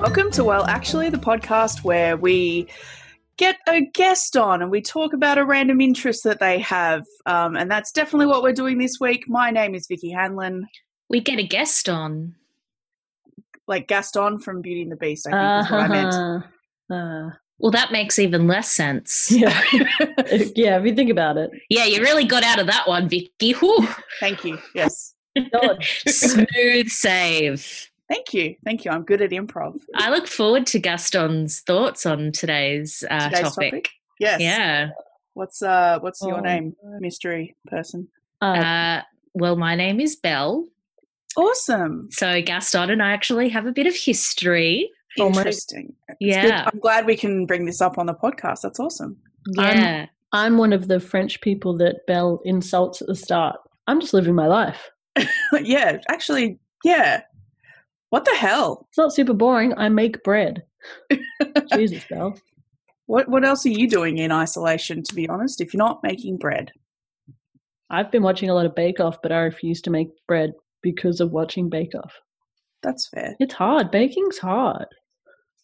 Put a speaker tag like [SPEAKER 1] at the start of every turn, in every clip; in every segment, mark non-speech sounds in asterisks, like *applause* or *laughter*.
[SPEAKER 1] Welcome to Well Actually, the podcast where we get a guest on and we talk about a random interest that they have. Um, and that's definitely what we're doing this week. My name is Vicky Hanlon,
[SPEAKER 2] We get a guest on.
[SPEAKER 1] like Gaston from Beauty and the Beast, I think is what I meant.
[SPEAKER 3] Uh-huh. Uh,
[SPEAKER 2] Well, that makes even less
[SPEAKER 1] *laughs*
[SPEAKER 2] sense.
[SPEAKER 3] *laughs* yeah, yeah. If you think about it,
[SPEAKER 2] Yeah, you really got out of that one,
[SPEAKER 1] *laughs*
[SPEAKER 2] Vicky. Whew.
[SPEAKER 1] Thank you. Yes.
[SPEAKER 3] Dodge.
[SPEAKER 2] Smooth save.
[SPEAKER 1] Thank you. Thank you. I'm good at improv.
[SPEAKER 2] I look forward to Gaston's thoughts on today's, uh,
[SPEAKER 1] Today's
[SPEAKER 2] topic.
[SPEAKER 1] topic? Yes.
[SPEAKER 2] Yeah.
[SPEAKER 1] What's uh what's your
[SPEAKER 3] Oh.
[SPEAKER 1] name, mystery person?
[SPEAKER 3] Uh,
[SPEAKER 2] Uh, well, my name is Belle.
[SPEAKER 1] Awesome.
[SPEAKER 2] So Gaston and I actually have a bit of history.
[SPEAKER 3] Almost.
[SPEAKER 1] Interesting. It's good.
[SPEAKER 2] Yeah.
[SPEAKER 1] I'm glad we can bring this up on the podcast. That's awesome. *laughs*
[SPEAKER 3] I'm-
[SPEAKER 1] Um,
[SPEAKER 2] Yeah.
[SPEAKER 3] I'm one of the French people that Belle insults at the start. I'm just living my life.
[SPEAKER 1] yeah, actually, yeah. What the hell?
[SPEAKER 3] It's not super boring. I make
[SPEAKER 1] *laughs*
[SPEAKER 3] bread. Jesus, Belle.
[SPEAKER 1] What what else are you doing in isolation to be honest if you're not making bread?
[SPEAKER 3] I've been watching a lot of Bake Off, but I refuse to make bread because of watching Bake Off.
[SPEAKER 1] That's fair.
[SPEAKER 3] It's hard. Baking's hard.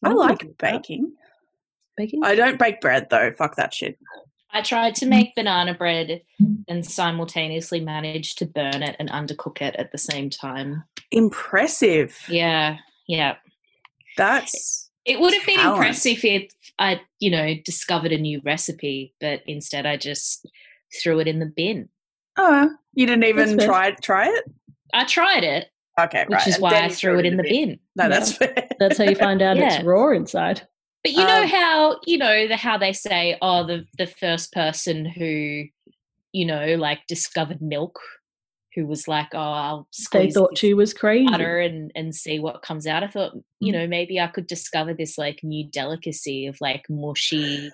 [SPEAKER 1] I
[SPEAKER 3] I'm not
[SPEAKER 1] like
[SPEAKER 3] good at that.
[SPEAKER 1] baking.
[SPEAKER 3] Baking.
[SPEAKER 1] I don't bake bread though. Fuck that shit.
[SPEAKER 2] I tried to make banana bread and simultaneously managed to burn it and undercook it at the same time.
[SPEAKER 1] Impressive.
[SPEAKER 2] Yeah. Yeah.
[SPEAKER 1] That's
[SPEAKER 2] It would have been
[SPEAKER 1] Talent.
[SPEAKER 2] impressive if I, you know, discovered a new recipe, but instead I just threw it in the bin.
[SPEAKER 1] oh, you didn't even
[SPEAKER 3] That's fair.
[SPEAKER 1] try try it.
[SPEAKER 2] I tried it,
[SPEAKER 1] Okay,
[SPEAKER 2] which
[SPEAKER 1] right.
[SPEAKER 2] is
[SPEAKER 1] and
[SPEAKER 2] why
[SPEAKER 1] then
[SPEAKER 2] I
[SPEAKER 1] you
[SPEAKER 2] threw it in the bin.
[SPEAKER 1] No,
[SPEAKER 3] Yeah.
[SPEAKER 1] that's
[SPEAKER 2] *laughs*
[SPEAKER 1] fair. *laughs*
[SPEAKER 3] That's how you find out
[SPEAKER 2] Yeah.
[SPEAKER 3] it's raw inside.
[SPEAKER 2] But you know
[SPEAKER 1] Um,
[SPEAKER 2] how you know the, how they say, oh, the the first person who, you know, like discovered milk, who was like, oh, I'll
[SPEAKER 3] They
[SPEAKER 2] squeeze
[SPEAKER 3] thought
[SPEAKER 2] this
[SPEAKER 3] she was crazy.
[SPEAKER 2] butter and and see what comes out. I thought, you know, maybe I could discover this like new delicacy of like mushy,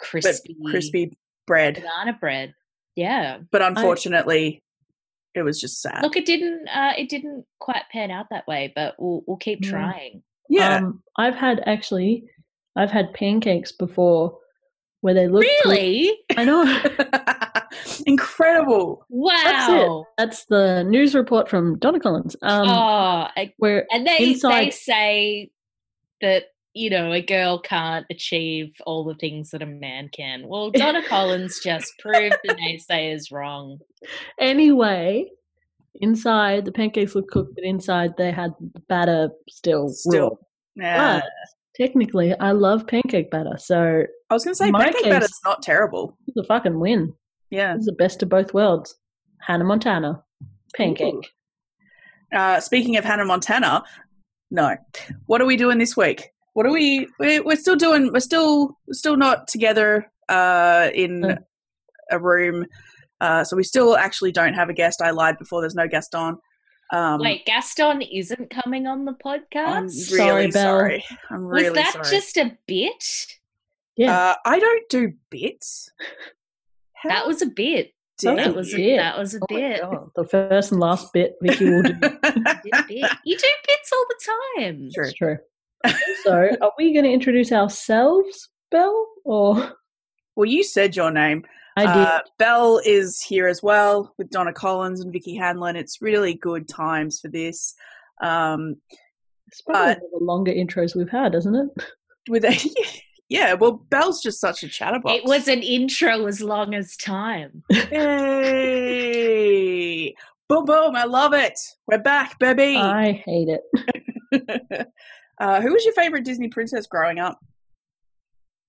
[SPEAKER 2] crispy,
[SPEAKER 1] Crispy bread,
[SPEAKER 2] banana bread. Yeah.
[SPEAKER 1] but unfortunately, it was just sad.
[SPEAKER 2] Look, it didn't. Uh, it didn't quite pan out that way, but we'll we'll keep
[SPEAKER 3] Yeah.
[SPEAKER 2] trying.
[SPEAKER 1] yeah,
[SPEAKER 3] Um, I've had actually, I've had pancakes before where they look
[SPEAKER 2] Really?
[SPEAKER 3] I know. *laughs*
[SPEAKER 2] um
[SPEAKER 1] *laughs* incredible.
[SPEAKER 2] Wow.
[SPEAKER 3] That's the news report from Donna Collins. Um,
[SPEAKER 2] oh, I-
[SPEAKER 3] Where
[SPEAKER 2] and they they
[SPEAKER 3] inside-
[SPEAKER 2] say that you know a girl can't achieve all the things that a man can. Well, Donna Collins just proved the naysayers wrong.
[SPEAKER 3] anyway, inside the pancakes were cooked, but inside they had the batter still.
[SPEAKER 1] Still,
[SPEAKER 3] raw.
[SPEAKER 1] Yeah.
[SPEAKER 3] But technically, I love pancake batter, so
[SPEAKER 1] I was going to say
[SPEAKER 3] my
[SPEAKER 1] pancake
[SPEAKER 3] case-
[SPEAKER 1] batter's not terrible.
[SPEAKER 3] it's a fucking win.
[SPEAKER 1] Yeah.
[SPEAKER 3] It's the best of both worlds. Hannah Montana pancake.
[SPEAKER 1] Ooh. Uh, speaking of Hannah Montana, no. What are we doing this week? What are we? We're, we're still doing. We're still we're still not together uh, in
[SPEAKER 3] Mm.
[SPEAKER 1] a room. Uh, so we still actually don't have a guest. I lied before. There's no guest on. Um,
[SPEAKER 2] Wait, Gaston isn't coming on the
[SPEAKER 1] I'm really
[SPEAKER 2] podcast.
[SPEAKER 3] Sorry,
[SPEAKER 1] sorry.
[SPEAKER 3] Belle.
[SPEAKER 1] I'm really
[SPEAKER 2] was that
[SPEAKER 1] sorry.
[SPEAKER 2] just a bit?
[SPEAKER 3] Yeah,
[SPEAKER 1] Uh, I don't do bits. How
[SPEAKER 2] *laughs* That was a bit.
[SPEAKER 1] dare
[SPEAKER 2] That was
[SPEAKER 1] you?
[SPEAKER 2] a, that was a
[SPEAKER 3] Oh my
[SPEAKER 2] bit.
[SPEAKER 3] God, the first and last bit Vicky
[SPEAKER 1] *laughs*
[SPEAKER 3] will do.
[SPEAKER 2] You did a bit. You do bits all the time.
[SPEAKER 1] True.
[SPEAKER 3] It's true. so, are we going to introduce ourselves, Belle? Or
[SPEAKER 1] well, you said your name.
[SPEAKER 3] I did.
[SPEAKER 1] Uh, Belle is here as well with Donna Collins and Vicky Hanlon. It's really good times for this. Um,
[SPEAKER 3] it's probably
[SPEAKER 1] but-
[SPEAKER 3] one of the longer intros we've had, isn't it?
[SPEAKER 1] with a, *laughs* yeah, well, Belle's just such a chatterbox. *laughs*
[SPEAKER 2] It was an intro as long as time.
[SPEAKER 1] Yay! boom, boom! I love it. We're back, baby.
[SPEAKER 3] I hate it.
[SPEAKER 1] *laughs* uh, who was your favorite Disney princess growing up?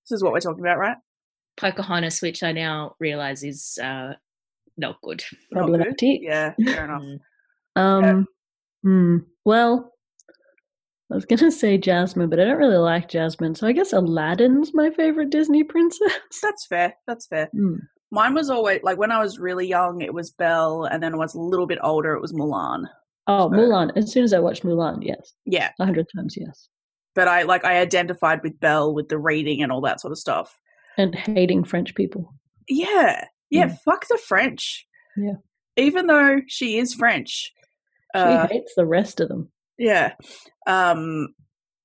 [SPEAKER 1] This is what we're talking about, right?
[SPEAKER 2] Pocahontas, which I now realize is uh, not good.
[SPEAKER 1] Not good.
[SPEAKER 3] Problematic.
[SPEAKER 1] Yeah, fair
[SPEAKER 2] *laughs*
[SPEAKER 1] enough.
[SPEAKER 2] Mm.
[SPEAKER 3] Um, hmm, well, I was going to say Jasmine, but I don't really like Jasmine, so I guess Aladdin's my favorite Disney princess. *laughs*
[SPEAKER 1] That's fair. That's fair.
[SPEAKER 3] Hmm.
[SPEAKER 1] Mine was always like when I was really young, it was Belle, and then when I was a little bit older, it was Milan.
[SPEAKER 3] Oh,
[SPEAKER 1] So-
[SPEAKER 3] Mulan. As soon as I watched Mulan, yes.
[SPEAKER 1] Yeah,
[SPEAKER 3] A hundred times yes.
[SPEAKER 1] but I like I identified with Belle with the reading and all that sort of stuff.
[SPEAKER 3] And hating French people.
[SPEAKER 1] Yeah, yeah.
[SPEAKER 3] Yeah.
[SPEAKER 1] Fuck the French.
[SPEAKER 3] Mm. Yeah.
[SPEAKER 1] Even though she is French.
[SPEAKER 3] She
[SPEAKER 1] Uh,
[SPEAKER 3] hates the rest of them.
[SPEAKER 1] yeah. Um,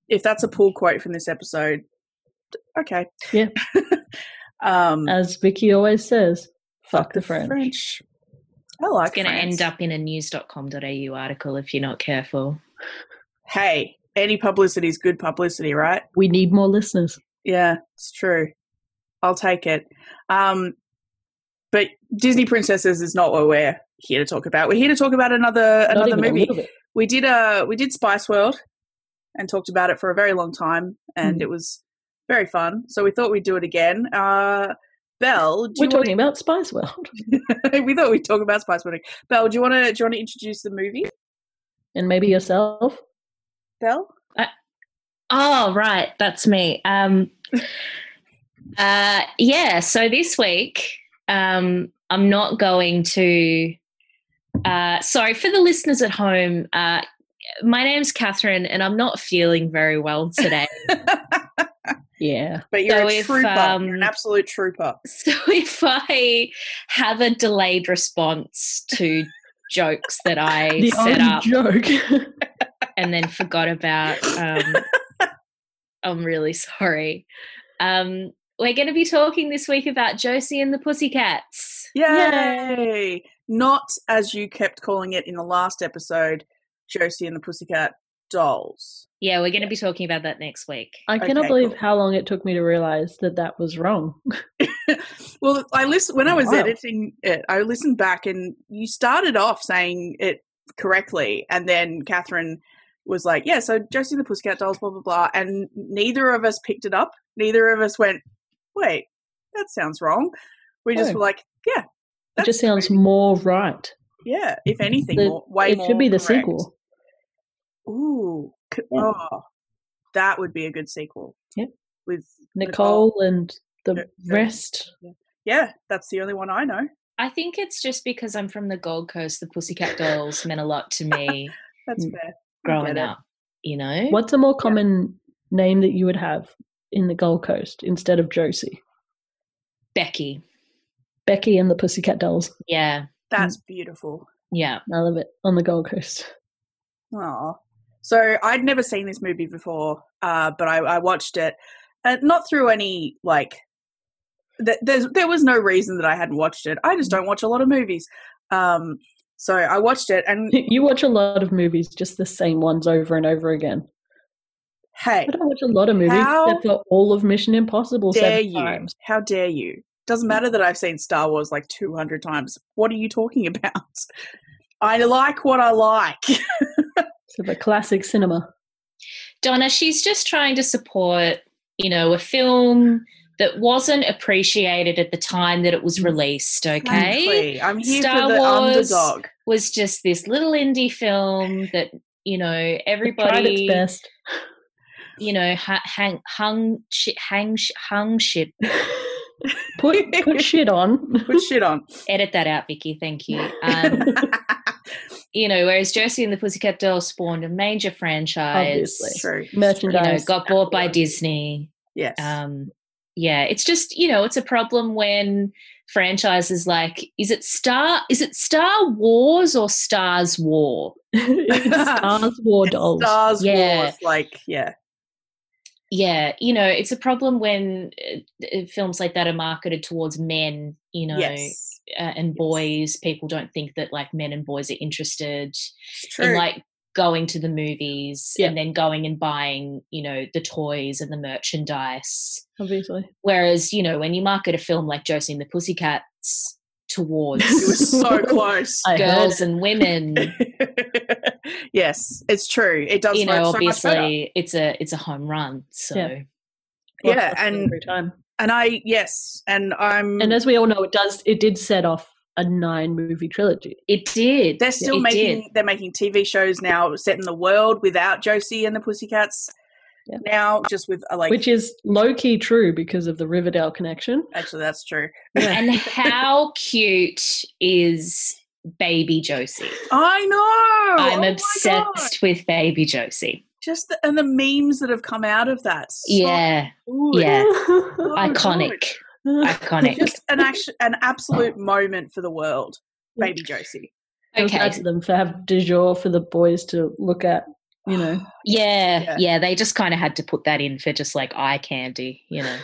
[SPEAKER 1] if that's a pull quote from this episode, d- okay.
[SPEAKER 3] Yeah.
[SPEAKER 1] *laughs* um,
[SPEAKER 3] As Vicky always says, fuck the French.
[SPEAKER 1] I like
[SPEAKER 2] It's going to
[SPEAKER 1] France.
[SPEAKER 2] end up in a news.com.au article if you're not careful.
[SPEAKER 1] Hey, any publicity is good publicity, right?
[SPEAKER 3] We need more listeners.
[SPEAKER 1] Yeah, it's true. I'll take it. Um, but Disney princesses is not what we're here to talk about. We're here to talk about another
[SPEAKER 3] Not
[SPEAKER 1] another
[SPEAKER 3] even a
[SPEAKER 1] movie.
[SPEAKER 3] little bit.
[SPEAKER 1] we did uh we did Spice World and talked about it for a very long time, and
[SPEAKER 3] Mhm.
[SPEAKER 1] it was very fun. So we thought we'd do it again. Uh, Belle, do
[SPEAKER 3] We're
[SPEAKER 1] you want
[SPEAKER 3] talking about Spice World *laughs*
[SPEAKER 1] *laughs* we thought we'd talk about Spice World. Belle, do you want to do you want to introduce the movie?
[SPEAKER 3] and maybe yourself.
[SPEAKER 1] Belle,
[SPEAKER 2] Oh, right. That's me.
[SPEAKER 1] *laughs*
[SPEAKER 2] Um, uh, yeah. So this week, um, I'm not going to. Uh, sorry for the listeners at home. Uh, my name's Catherine, and I'm not feeling very well today.
[SPEAKER 3] Yeah.
[SPEAKER 1] but you're
[SPEAKER 2] So
[SPEAKER 1] a
[SPEAKER 2] if,
[SPEAKER 1] trooper.
[SPEAKER 2] um,
[SPEAKER 1] you're an absolute trooper.
[SPEAKER 2] so *laughs* if I have a delayed response to jokes that I
[SPEAKER 3] The
[SPEAKER 2] set up
[SPEAKER 3] old joke.
[SPEAKER 2] and then forgot about. Um, I'm really sorry. Um, we're going to be talking this week about Josie and the Pussycats.
[SPEAKER 1] Yay! Not as you kept calling it in the last episode, Josie and the Pussycat Dolls.
[SPEAKER 2] Yeah, we're going to be talking about that next week.
[SPEAKER 3] I cannot
[SPEAKER 1] Okay,
[SPEAKER 3] believe
[SPEAKER 1] cool.
[SPEAKER 3] how long it took me to realize that that was wrong.
[SPEAKER 1] Well, I listen when I was
[SPEAKER 3] Wow.
[SPEAKER 1] editing it. I listened back, and you started off saying it correctly, and then Catherine was like, "Yeah, so Josie and the Pussycat Dolls, blah blah blah," and neither of us picked it up. Neither of us went, "Wait, that sounds wrong." We just
[SPEAKER 3] Oh.
[SPEAKER 1] were like, "Yeah,
[SPEAKER 3] It
[SPEAKER 1] that's
[SPEAKER 3] just sounds more right.
[SPEAKER 1] yeah." If anything,
[SPEAKER 3] The-
[SPEAKER 1] more, way
[SPEAKER 3] it
[SPEAKER 1] more
[SPEAKER 3] should be the
[SPEAKER 1] correct.
[SPEAKER 3] sequel.
[SPEAKER 1] Ooh, c-
[SPEAKER 3] Yeah.
[SPEAKER 1] oh, that would be a good sequel.
[SPEAKER 3] Yep.
[SPEAKER 1] With
[SPEAKER 3] Nicole and
[SPEAKER 1] Yeah,
[SPEAKER 3] the
[SPEAKER 1] yeah.
[SPEAKER 3] rest.
[SPEAKER 1] yeah, that's the only one I know.
[SPEAKER 2] I think it's just because I'm from the Gold Coast, the Pussycat Dolls meant a lot to me
[SPEAKER 1] That's
[SPEAKER 3] Mm.
[SPEAKER 1] fair. I
[SPEAKER 2] growing
[SPEAKER 1] get it.
[SPEAKER 2] up, you know?
[SPEAKER 3] What's a more common name that you would have in the Gold Coast instead of Josie?
[SPEAKER 2] Becky.
[SPEAKER 3] Becky and the Pussycat Dolls.
[SPEAKER 2] Yeah,
[SPEAKER 1] That's beautiful.
[SPEAKER 2] yeah.
[SPEAKER 3] I love it. On the Gold Coast. *laughs*
[SPEAKER 1] Aw. So I'd never seen this movie before, uh, but I, I watched it, uh, not through any like. Th- there's there was no reason that I hadn't watched it. I just
[SPEAKER 3] Mm.
[SPEAKER 1] don't watch a lot of movies, um, so I watched it. And
[SPEAKER 3] *laughs* You watch a lot of movies, just the same ones over and over again.
[SPEAKER 1] hey,
[SPEAKER 3] I don't watch a lot of movies
[SPEAKER 1] How
[SPEAKER 3] except for all of Mission Impossible
[SPEAKER 1] dare
[SPEAKER 3] seven
[SPEAKER 1] you?
[SPEAKER 3] times.
[SPEAKER 1] How dare you? Doesn't matter that I've seen Star Wars like 200 times. What are you talking *laughs* about? I like what I like. *laughs*
[SPEAKER 3] So the classic cinema.
[SPEAKER 2] Donna, she's just trying to support, you know, a film that wasn't appreciated at the time that it was
[SPEAKER 3] Mm-hmm.
[SPEAKER 2] released, okay?
[SPEAKER 1] Frankly, I'm here
[SPEAKER 2] Star
[SPEAKER 1] for the
[SPEAKER 2] Wars.
[SPEAKER 1] underdog.
[SPEAKER 2] was just this little indie film that you know
[SPEAKER 3] It tried its
[SPEAKER 2] everybody
[SPEAKER 3] best. *laughs*
[SPEAKER 2] you know ha- hang hung shi hang sh- hung shit
[SPEAKER 3] Put
[SPEAKER 1] *laughs*
[SPEAKER 3] put shit on. *laughs*
[SPEAKER 1] Put shit
[SPEAKER 2] *laughs*
[SPEAKER 1] on.
[SPEAKER 2] edit that out vicky thank you um you know whereas josie and the pussycat dolls spawned a major franchise
[SPEAKER 3] Obviously.
[SPEAKER 1] *laughs* True.
[SPEAKER 2] you know
[SPEAKER 3] Merchandise.
[SPEAKER 2] got bought by disney
[SPEAKER 1] Yes.
[SPEAKER 2] um yeah it's just you know it's a problem when franchises like is it star is it star wars or stars war
[SPEAKER 3] It's Stars War
[SPEAKER 1] It's
[SPEAKER 3] Dolls.
[SPEAKER 1] Stars
[SPEAKER 2] Yeah.
[SPEAKER 1] Wars, like yeah,
[SPEAKER 2] yeah you know it's a problem when uh, uh, films like that are marketed towards men you know
[SPEAKER 1] yes,
[SPEAKER 2] uh, and boys people don't think that like men and boys are interested
[SPEAKER 1] it's
[SPEAKER 2] in
[SPEAKER 1] true.
[SPEAKER 2] like going to the movies
[SPEAKER 3] Yeah.
[SPEAKER 2] and then going and buying you know the toys and the merchandise
[SPEAKER 3] Obviously.
[SPEAKER 2] whereas you know when you market a film like josie and the pussycats
[SPEAKER 1] *laughs* it
[SPEAKER 2] towards
[SPEAKER 1] was
[SPEAKER 2] *laughs*
[SPEAKER 1] so close. *laughs*
[SPEAKER 3] I heard
[SPEAKER 2] girls and women
[SPEAKER 1] yes, it's true. It does
[SPEAKER 2] you
[SPEAKER 1] work
[SPEAKER 2] know
[SPEAKER 1] so much better.
[SPEAKER 2] obviously it's a it's a home run so
[SPEAKER 3] Yeah.
[SPEAKER 1] Yeah,
[SPEAKER 3] Blockbuster
[SPEAKER 1] and Mm.
[SPEAKER 3] every time.
[SPEAKER 1] and I yes, and I'm
[SPEAKER 3] And as we all know, it does. It did set off a nine movie trilogy.
[SPEAKER 2] it did
[SPEAKER 1] They're still
[SPEAKER 2] it
[SPEAKER 1] making
[SPEAKER 2] did.
[SPEAKER 1] they're making TV shows now set in the world without Josie and the Pussycats.
[SPEAKER 3] Yeah.
[SPEAKER 1] Now just with uh, like
[SPEAKER 3] which is low key true because of the Riverdale connection.
[SPEAKER 1] actually that's true. *laughs*
[SPEAKER 2] and how cute is baby Josie?
[SPEAKER 1] I know. Oh
[SPEAKER 2] I'm
[SPEAKER 1] my God.
[SPEAKER 2] obsessed with baby Josie.
[SPEAKER 1] Just the, and the memes that have come out of that. So
[SPEAKER 2] yeah,
[SPEAKER 1] good.
[SPEAKER 3] *laughs*
[SPEAKER 2] yeah.
[SPEAKER 1] Oh,
[SPEAKER 2] iconic,
[SPEAKER 3] It
[SPEAKER 1] *laughs*
[SPEAKER 2] iconic.
[SPEAKER 1] Just an action, an absolute moment for the world, baby Josie.
[SPEAKER 3] was
[SPEAKER 2] okay,
[SPEAKER 3] nice of them to have du jour for the boys to look at, you know.
[SPEAKER 2] yeah,
[SPEAKER 1] Yeah.
[SPEAKER 2] yeah, They just kind of had to put that in for just like eye candy, you know.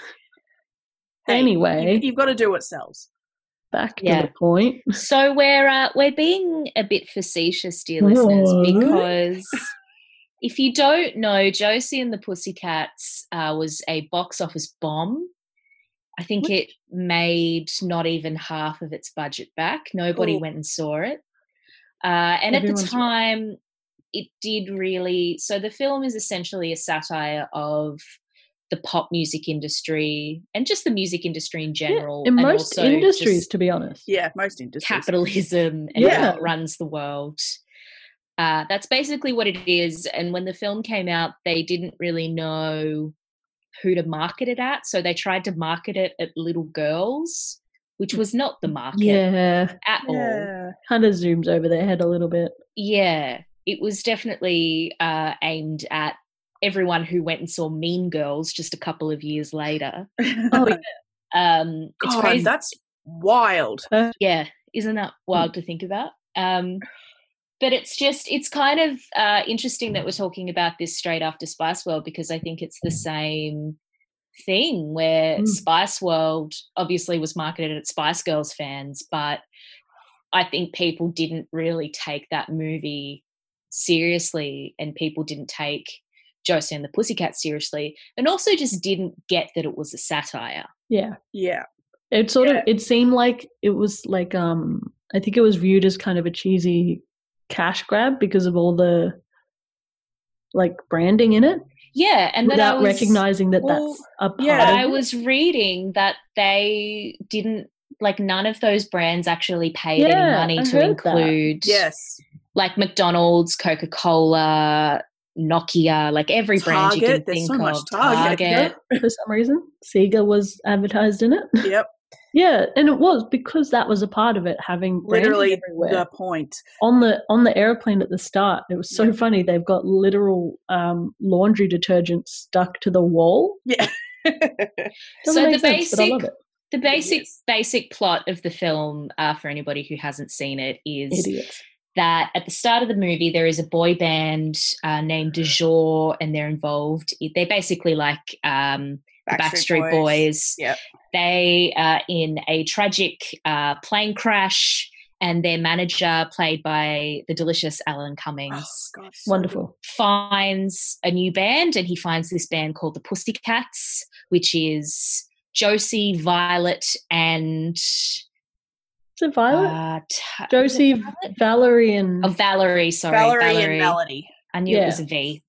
[SPEAKER 1] Hey,
[SPEAKER 3] Anyway.
[SPEAKER 1] you, have got to do what sells.
[SPEAKER 3] Back to
[SPEAKER 2] Yeah.
[SPEAKER 3] the point. Oh.
[SPEAKER 2] so we're uh, we're being a bit facetious, dear listeners,
[SPEAKER 3] What?
[SPEAKER 2] because If you don't know, Josie and the Pussycats uh, was a box office bomb. I think it made not even half of its budget back. Nobody
[SPEAKER 1] Ooh.
[SPEAKER 2] went and saw it. Uh, and at
[SPEAKER 3] Oh. Everyone's-
[SPEAKER 2] the time, it did really. So the film is essentially a satire of the pop music industry and just the music industry in general.
[SPEAKER 3] in
[SPEAKER 2] and
[SPEAKER 3] most
[SPEAKER 2] also
[SPEAKER 3] industries,
[SPEAKER 2] just-
[SPEAKER 3] to be honest.
[SPEAKER 1] Yeah, most industries.
[SPEAKER 2] capitalism and
[SPEAKER 3] Yeah.
[SPEAKER 2] what runs the world. Uh, that's basically what it is. And when the film came out, they didn't really know who to market it at. So they tried to market it at little girls, which was not the market
[SPEAKER 3] Yeah,
[SPEAKER 2] at all.
[SPEAKER 1] Yeah.
[SPEAKER 3] kind of zooms over their head a little bit.
[SPEAKER 2] Yeah, it was definitely uh, aimed at everyone who went and saw Mean Girls just a couple of years later.
[SPEAKER 3] Oh,
[SPEAKER 1] *laughs*
[SPEAKER 3] yeah.
[SPEAKER 2] Um, it's
[SPEAKER 1] God,
[SPEAKER 2] crazy.
[SPEAKER 1] that's wild.
[SPEAKER 2] yeah isn't that
[SPEAKER 3] Hmm.
[SPEAKER 2] wild to think about um but it's just it's kind of uh interesting that we're talking about this straight after spice world because i think it's the
[SPEAKER 3] Hmm.
[SPEAKER 2] same thing where
[SPEAKER 3] Mm.
[SPEAKER 2] spice world obviously was marketed at spice girls fans but i think people didn't really take that movie seriously and people didn't take josie and the pussycat seriously and also just didn't get that it was a satire
[SPEAKER 3] Yeah,
[SPEAKER 1] Yeah.
[SPEAKER 3] it sort
[SPEAKER 1] Yeah.
[SPEAKER 3] of it seemed like it was like um I think it was viewed as kind of a cheesy cash grab because of all the like branding in it
[SPEAKER 2] yeah and then I
[SPEAKER 3] without
[SPEAKER 2] was,
[SPEAKER 3] recognizing that
[SPEAKER 1] Well,
[SPEAKER 3] that's a part
[SPEAKER 1] yeah,
[SPEAKER 3] of
[SPEAKER 2] I
[SPEAKER 3] it.
[SPEAKER 2] was reading that they didn't like none of those brands actually paid any
[SPEAKER 3] Yeah,
[SPEAKER 2] money
[SPEAKER 3] I
[SPEAKER 2] to
[SPEAKER 3] heard that.
[SPEAKER 2] include
[SPEAKER 1] Yes.
[SPEAKER 2] like McDonald's, Coca Cola, Nokia, like every brand you can
[SPEAKER 1] Target, there's
[SPEAKER 2] think
[SPEAKER 1] so much
[SPEAKER 2] of.
[SPEAKER 1] Target, yeah.
[SPEAKER 3] for some reason Sega was advertised in it. *laughs*
[SPEAKER 1] Yep.
[SPEAKER 3] Yeah, and it was because that was a part of it having branding
[SPEAKER 1] Literally
[SPEAKER 3] everywhere.
[SPEAKER 1] the point.
[SPEAKER 3] on the on the airplane at the start. It was so funny. They've got literal um, laundry detergent stuck to the wall.
[SPEAKER 1] Yeah. *laughs*
[SPEAKER 3] Doesn't
[SPEAKER 2] So
[SPEAKER 3] make
[SPEAKER 2] the
[SPEAKER 3] sense, but I
[SPEAKER 2] basic-
[SPEAKER 3] love it.
[SPEAKER 2] The basic
[SPEAKER 1] Yes.
[SPEAKER 2] basic plot of the film, uh, for anybody who hasn't seen it, is
[SPEAKER 3] Idiots.
[SPEAKER 2] that at the start of the movie there is a boy band uh, named
[SPEAKER 1] Mm.
[SPEAKER 2] De Jour, and they're involved. They're basically like um, the Backstreet, Boys.
[SPEAKER 1] Yep.
[SPEAKER 2] They are in a tragic uh, plane crash, and their manager, played by the delicious Alan
[SPEAKER 1] Oh,
[SPEAKER 2] Cummings,
[SPEAKER 1] God, so
[SPEAKER 3] Wonderful.
[SPEAKER 2] finds a new band, and he finds this band called the Pussycats, which is Josie, Violet, and
[SPEAKER 3] Is it Violet?
[SPEAKER 2] uh, Ta-
[SPEAKER 3] Oh. Josie, Valerie, and
[SPEAKER 2] Oh, Valerie, sorry,
[SPEAKER 1] Valerie,
[SPEAKER 2] Valerie.
[SPEAKER 1] and Melody.
[SPEAKER 2] I knew
[SPEAKER 3] Yeah.
[SPEAKER 2] it was a V.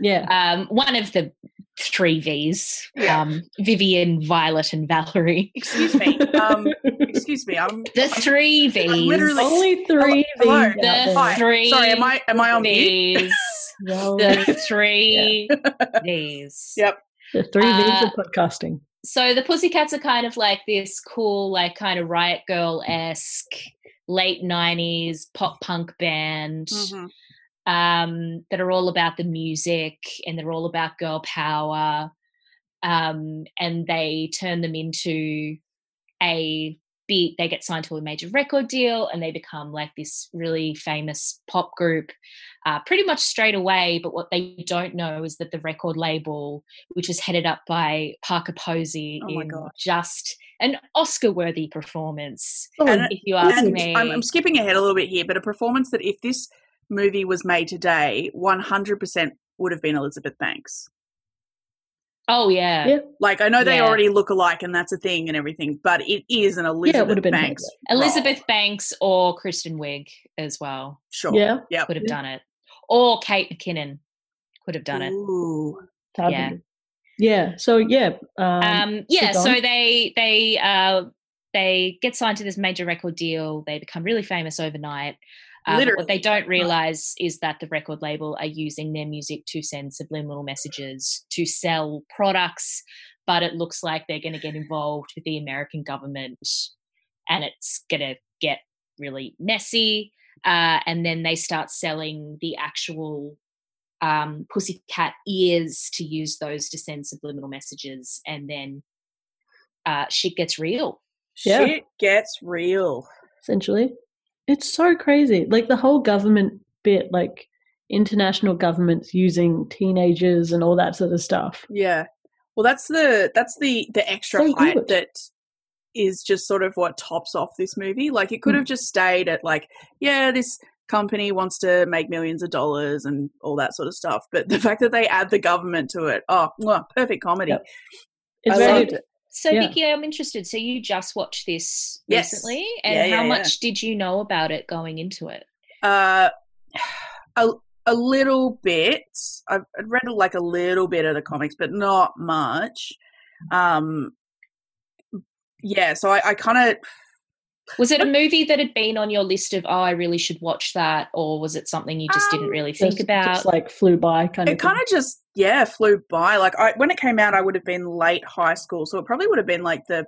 [SPEAKER 3] yeah,
[SPEAKER 2] Um, one of the three V's:
[SPEAKER 1] Yeah.
[SPEAKER 2] um, Vivian, Violet, and Valerie.
[SPEAKER 1] Excuse me.
[SPEAKER 2] *laughs*
[SPEAKER 3] *laughs*
[SPEAKER 1] Um, excuse me. I'm
[SPEAKER 2] The three V's.
[SPEAKER 1] literally-
[SPEAKER 3] only three V's.
[SPEAKER 1] Hello.
[SPEAKER 3] out
[SPEAKER 1] The
[SPEAKER 3] there.
[SPEAKER 2] the three.
[SPEAKER 1] oh, sorry. Am I am I on mute?
[SPEAKER 2] these?
[SPEAKER 3] Valerie.
[SPEAKER 2] the three these.
[SPEAKER 1] Yep.
[SPEAKER 3] The three V's
[SPEAKER 2] Uh,
[SPEAKER 3] of podcasting.
[SPEAKER 2] So the Pussycats are kind of like this cool, like kind of riot girl esque late '90s pop punk band
[SPEAKER 1] Mhm.
[SPEAKER 2] um, that are all about the music and they're all about girl power. Um, and they turn them into a beat. They get signed to a major record deal and they become like this really famous pop group uh, pretty much straight away. But what they don't know is that the record label, which is headed up by Parker Posey,
[SPEAKER 1] Oh my
[SPEAKER 2] in
[SPEAKER 1] God.
[SPEAKER 2] just an Oscar worthy performance,
[SPEAKER 3] Oh,
[SPEAKER 1] and-
[SPEAKER 2] if you ask
[SPEAKER 1] And
[SPEAKER 2] me.
[SPEAKER 1] I'm, I'm skipping ahead a little bit here, but a performance that if this movie was made today, 100% would have been Elizabeth Banks.
[SPEAKER 2] oh, yeah.
[SPEAKER 3] Yeah.
[SPEAKER 1] Like I know they
[SPEAKER 2] Yeah.
[SPEAKER 1] already look alike, and that's a thing and everything, but it is an
[SPEAKER 3] would
[SPEAKER 1] Elizabeth
[SPEAKER 3] have been her,
[SPEAKER 1] Banks. role.
[SPEAKER 2] Elizabeth Banks or Kristen Wiig as well
[SPEAKER 1] sure.
[SPEAKER 3] yeah,
[SPEAKER 1] Yep.
[SPEAKER 2] could have done it, or Kate McKinnon could have done it.
[SPEAKER 1] Ooh.
[SPEAKER 3] that'd
[SPEAKER 2] Yeah.
[SPEAKER 3] be- yeah. So yeah, um,
[SPEAKER 2] Um, yeah,
[SPEAKER 3] so
[SPEAKER 2] so
[SPEAKER 3] Don-
[SPEAKER 2] they they uh, they get signed to this major record deal. They become really famous overnight. Um, but what they
[SPEAKER 1] Literally.
[SPEAKER 2] don't realize is that the record label are using their music to send subliminal messages to sell products, but it looks like they're going to get involved with the American government, and it's going to get really messy. Uh, and then they start selling the actual um, pussycat ears to use those to send subliminal messages, and then uh, shit gets real.
[SPEAKER 3] Yeah.
[SPEAKER 1] Shit gets real.
[SPEAKER 3] essentially. It's so crazy. Like the whole government bit, like international governments using teenagers and all that sort of stuff.
[SPEAKER 1] Yeah. Well, that's the that's the the extra
[SPEAKER 3] They do
[SPEAKER 1] hype
[SPEAKER 3] it.
[SPEAKER 1] that is just sort of what tops off this movie. Like it could have just stayed at like, yeah, this company wants to make millions of dollars and all that sort of stuff. But the *laughs* fact that they add the government to it, oh, mwah, perfect comedy.
[SPEAKER 3] Yep.
[SPEAKER 1] I
[SPEAKER 3] It's
[SPEAKER 2] so-
[SPEAKER 1] loved
[SPEAKER 3] very,
[SPEAKER 1] it.
[SPEAKER 2] So,
[SPEAKER 3] Yeah.
[SPEAKER 2] Vicky, I'm interested. So, you just watched this
[SPEAKER 1] Yes.
[SPEAKER 2] recently,
[SPEAKER 1] Yeah,
[SPEAKER 2] and
[SPEAKER 1] yeah,
[SPEAKER 2] how
[SPEAKER 1] yeah.
[SPEAKER 2] much did you know about it going into it?
[SPEAKER 1] Uh, *sighs* a, a little bit. I've I'd read like a little bit of the comics, but not much. Um, yeah, so I, I kind of
[SPEAKER 2] Was it a movie that had been on your list of, oh, I really should watch that, or was it something you just
[SPEAKER 1] Um,
[SPEAKER 2] didn't really think
[SPEAKER 3] just,
[SPEAKER 2] about?
[SPEAKER 3] just like flew by kind
[SPEAKER 1] it
[SPEAKER 3] of. thing.
[SPEAKER 1] kind of just yeah flew by. Like I, when it came out, I would have been late high school, so it probably would have been like the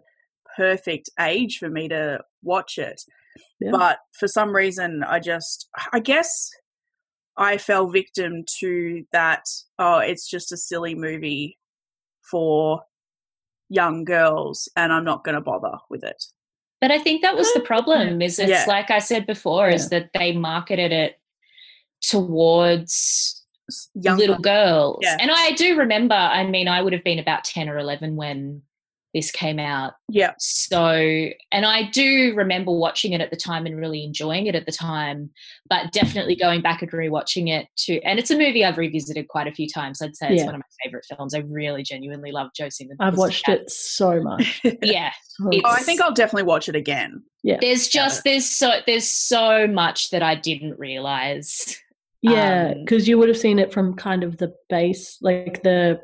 [SPEAKER 1] perfect age for me to watch it.
[SPEAKER 3] Yeah.
[SPEAKER 1] But for some reason, I just I guess I fell victim to that. Oh, it's just a silly movie for young girls, and I'm not going to bother with it.
[SPEAKER 2] But I think that was the problem. Is it's
[SPEAKER 1] Mm, Yeah.
[SPEAKER 2] like I said before, is that they marketed it towards
[SPEAKER 1] S- Young
[SPEAKER 2] little girls,
[SPEAKER 1] Yeah.
[SPEAKER 2] and I do remember. I mean, I would have been about ten or eleven when this came out.
[SPEAKER 1] yeah,
[SPEAKER 2] So, and I do remember watching it at the time and really enjoying it at the time, but definitely going back and rewatching it too. And it's a movie I've revisited quite a few times. I'd say it's
[SPEAKER 3] Yeah.
[SPEAKER 2] one of my favorite films. I really genuinely love Josie. and the
[SPEAKER 3] I've watched
[SPEAKER 2] Pussycats.
[SPEAKER 3] it so much.
[SPEAKER 2] *laughs* Yeah.
[SPEAKER 3] So
[SPEAKER 2] *laughs* It's-
[SPEAKER 1] oh, I think I'll definitely watch it again.
[SPEAKER 2] There's just there's so there's so much that I didn't realize.
[SPEAKER 3] Yeah,
[SPEAKER 2] Um,
[SPEAKER 3] because you would have seen it from kind of the base,
[SPEAKER 1] *laughs*
[SPEAKER 3] like the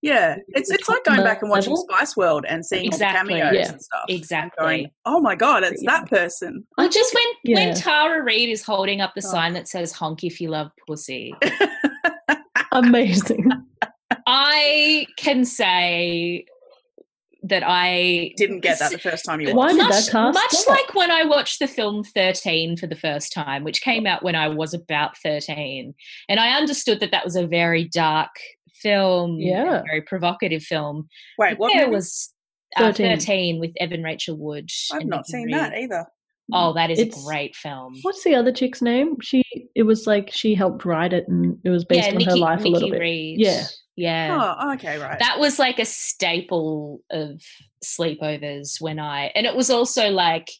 [SPEAKER 1] Yeah, it's it's like going back and watching
[SPEAKER 3] Level?
[SPEAKER 1] Spice World and seeing
[SPEAKER 2] Exactly.
[SPEAKER 1] all the cameos
[SPEAKER 3] Yeah.
[SPEAKER 1] and stuff.
[SPEAKER 2] Exactly.
[SPEAKER 1] Going, oh my god, it's
[SPEAKER 3] Yeah.
[SPEAKER 1] that person.
[SPEAKER 2] Well, just when
[SPEAKER 3] yeah.
[SPEAKER 2] when Tara Reid is holding up the
[SPEAKER 1] Oh.
[SPEAKER 2] sign that says "Honk if you love pussy,"
[SPEAKER 1] *laughs*
[SPEAKER 3] amazing.
[SPEAKER 2] I can say that I
[SPEAKER 1] Didn't get that the first time you
[SPEAKER 3] Why
[SPEAKER 1] watched.
[SPEAKER 3] did
[SPEAKER 2] much,
[SPEAKER 3] that cast
[SPEAKER 2] much
[SPEAKER 3] stop?
[SPEAKER 2] like when I watched the film 13 for the first time, which came out when I was about 13. And I understood that that was a very dark film, and
[SPEAKER 3] Yeah.
[SPEAKER 2] very provocative film.
[SPEAKER 1] Wait, what?
[SPEAKER 2] there
[SPEAKER 1] movie?
[SPEAKER 2] was uh, 13.
[SPEAKER 3] 13.
[SPEAKER 2] with Evan Rachel Wood.
[SPEAKER 1] I've
[SPEAKER 2] and
[SPEAKER 1] not
[SPEAKER 2] Vivian
[SPEAKER 1] seen that
[SPEAKER 2] Reid.
[SPEAKER 1] either.
[SPEAKER 2] Oh, that is
[SPEAKER 3] It's-
[SPEAKER 2] a great film.
[SPEAKER 3] What's the other chick's name? She it was like she helped write it, and it was based
[SPEAKER 2] yeah,
[SPEAKER 3] on
[SPEAKER 2] Nikki,
[SPEAKER 3] her life
[SPEAKER 2] Nikki
[SPEAKER 3] a little bit.
[SPEAKER 2] Reed.
[SPEAKER 3] Yeah.
[SPEAKER 2] Yeah.
[SPEAKER 1] Oh, okay, right.
[SPEAKER 2] that was like a staple of sleepovers when I, and it was also like,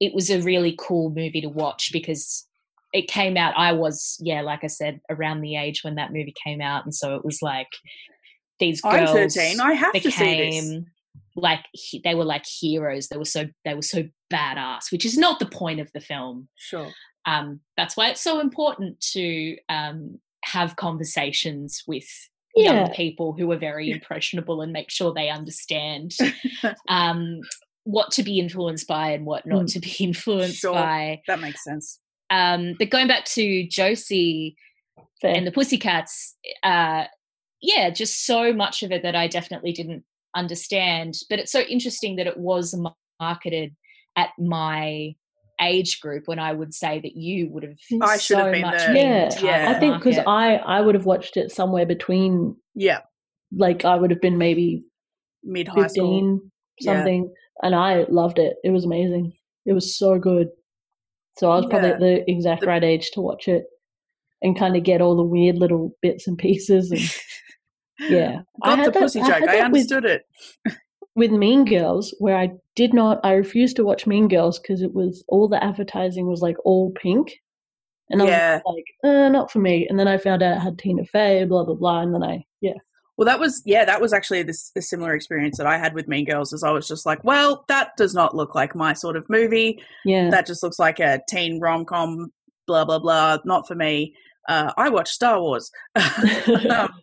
[SPEAKER 2] it was a really cool movie to watch because it came out. I was, yeah, like I said, around the age when that movie came out. And so it was like these
[SPEAKER 1] I'm
[SPEAKER 2] girls
[SPEAKER 1] 13. I have to see this.
[SPEAKER 2] became like, he- they were like heroes. They were so, they were so badass, which is not the point of the film
[SPEAKER 1] Sure.
[SPEAKER 2] um, that's why it's so important to um, have conversations with
[SPEAKER 3] Yeah.
[SPEAKER 2] young people who are very impressionable and make sure they
[SPEAKER 3] *laughs*
[SPEAKER 2] understand um, what to be influenced by and what not
[SPEAKER 3] Mm.
[SPEAKER 2] to be *laughs* influenced
[SPEAKER 1] Sure.
[SPEAKER 2] by.
[SPEAKER 1] That makes sense.
[SPEAKER 2] Um, but going back to Josie
[SPEAKER 3] Fair.
[SPEAKER 2] and the Pussycats, uh, yeah, just so much of it that I definitely didn't understand. But it's so interesting that it was ma- marketed at my age group when I would say that you would have
[SPEAKER 1] I should
[SPEAKER 2] so
[SPEAKER 1] have been
[SPEAKER 2] much
[SPEAKER 1] there.
[SPEAKER 2] been
[SPEAKER 3] Yeah.
[SPEAKER 2] target
[SPEAKER 1] Yeah.
[SPEAKER 3] I think because
[SPEAKER 2] market.
[SPEAKER 3] I I would have watched it somewhere between
[SPEAKER 1] Yeah,
[SPEAKER 3] like I would have been maybe
[SPEAKER 1] mid high school.
[SPEAKER 3] fifteen
[SPEAKER 1] Yeah.
[SPEAKER 3] something, and I loved it. It was amazing. It was so good. So I was probably
[SPEAKER 1] Yeah.
[SPEAKER 3] at the exact
[SPEAKER 1] The-
[SPEAKER 3] right age to watch it and kind of get all the weird little bits and pieces.
[SPEAKER 1] *laughs*
[SPEAKER 3] And yeah, I
[SPEAKER 1] Got
[SPEAKER 3] had
[SPEAKER 1] the
[SPEAKER 3] that-
[SPEAKER 1] pussy
[SPEAKER 3] I had
[SPEAKER 1] joke. I
[SPEAKER 3] that with-
[SPEAKER 1] understood it.
[SPEAKER 3] with Mean Girls where I did not I refused to watch Mean Girls because it was all the advertising was like all pink. And I
[SPEAKER 1] Yeah.
[SPEAKER 3] was like, uh, not for me. And then I found out it had Tina Fey, blah blah blah, and then I yeah.
[SPEAKER 1] Well, that was yeah, that was actually this a similar experience that I had with Mean Girls. Is I was just like, well, that does not look like my sort of movie.
[SPEAKER 3] Yeah.
[SPEAKER 1] that just looks like a teen rom com, blah blah blah. Not for me. Uh, I watch Star Wars, *laughs*
[SPEAKER 3] *laughs*
[SPEAKER 1] um,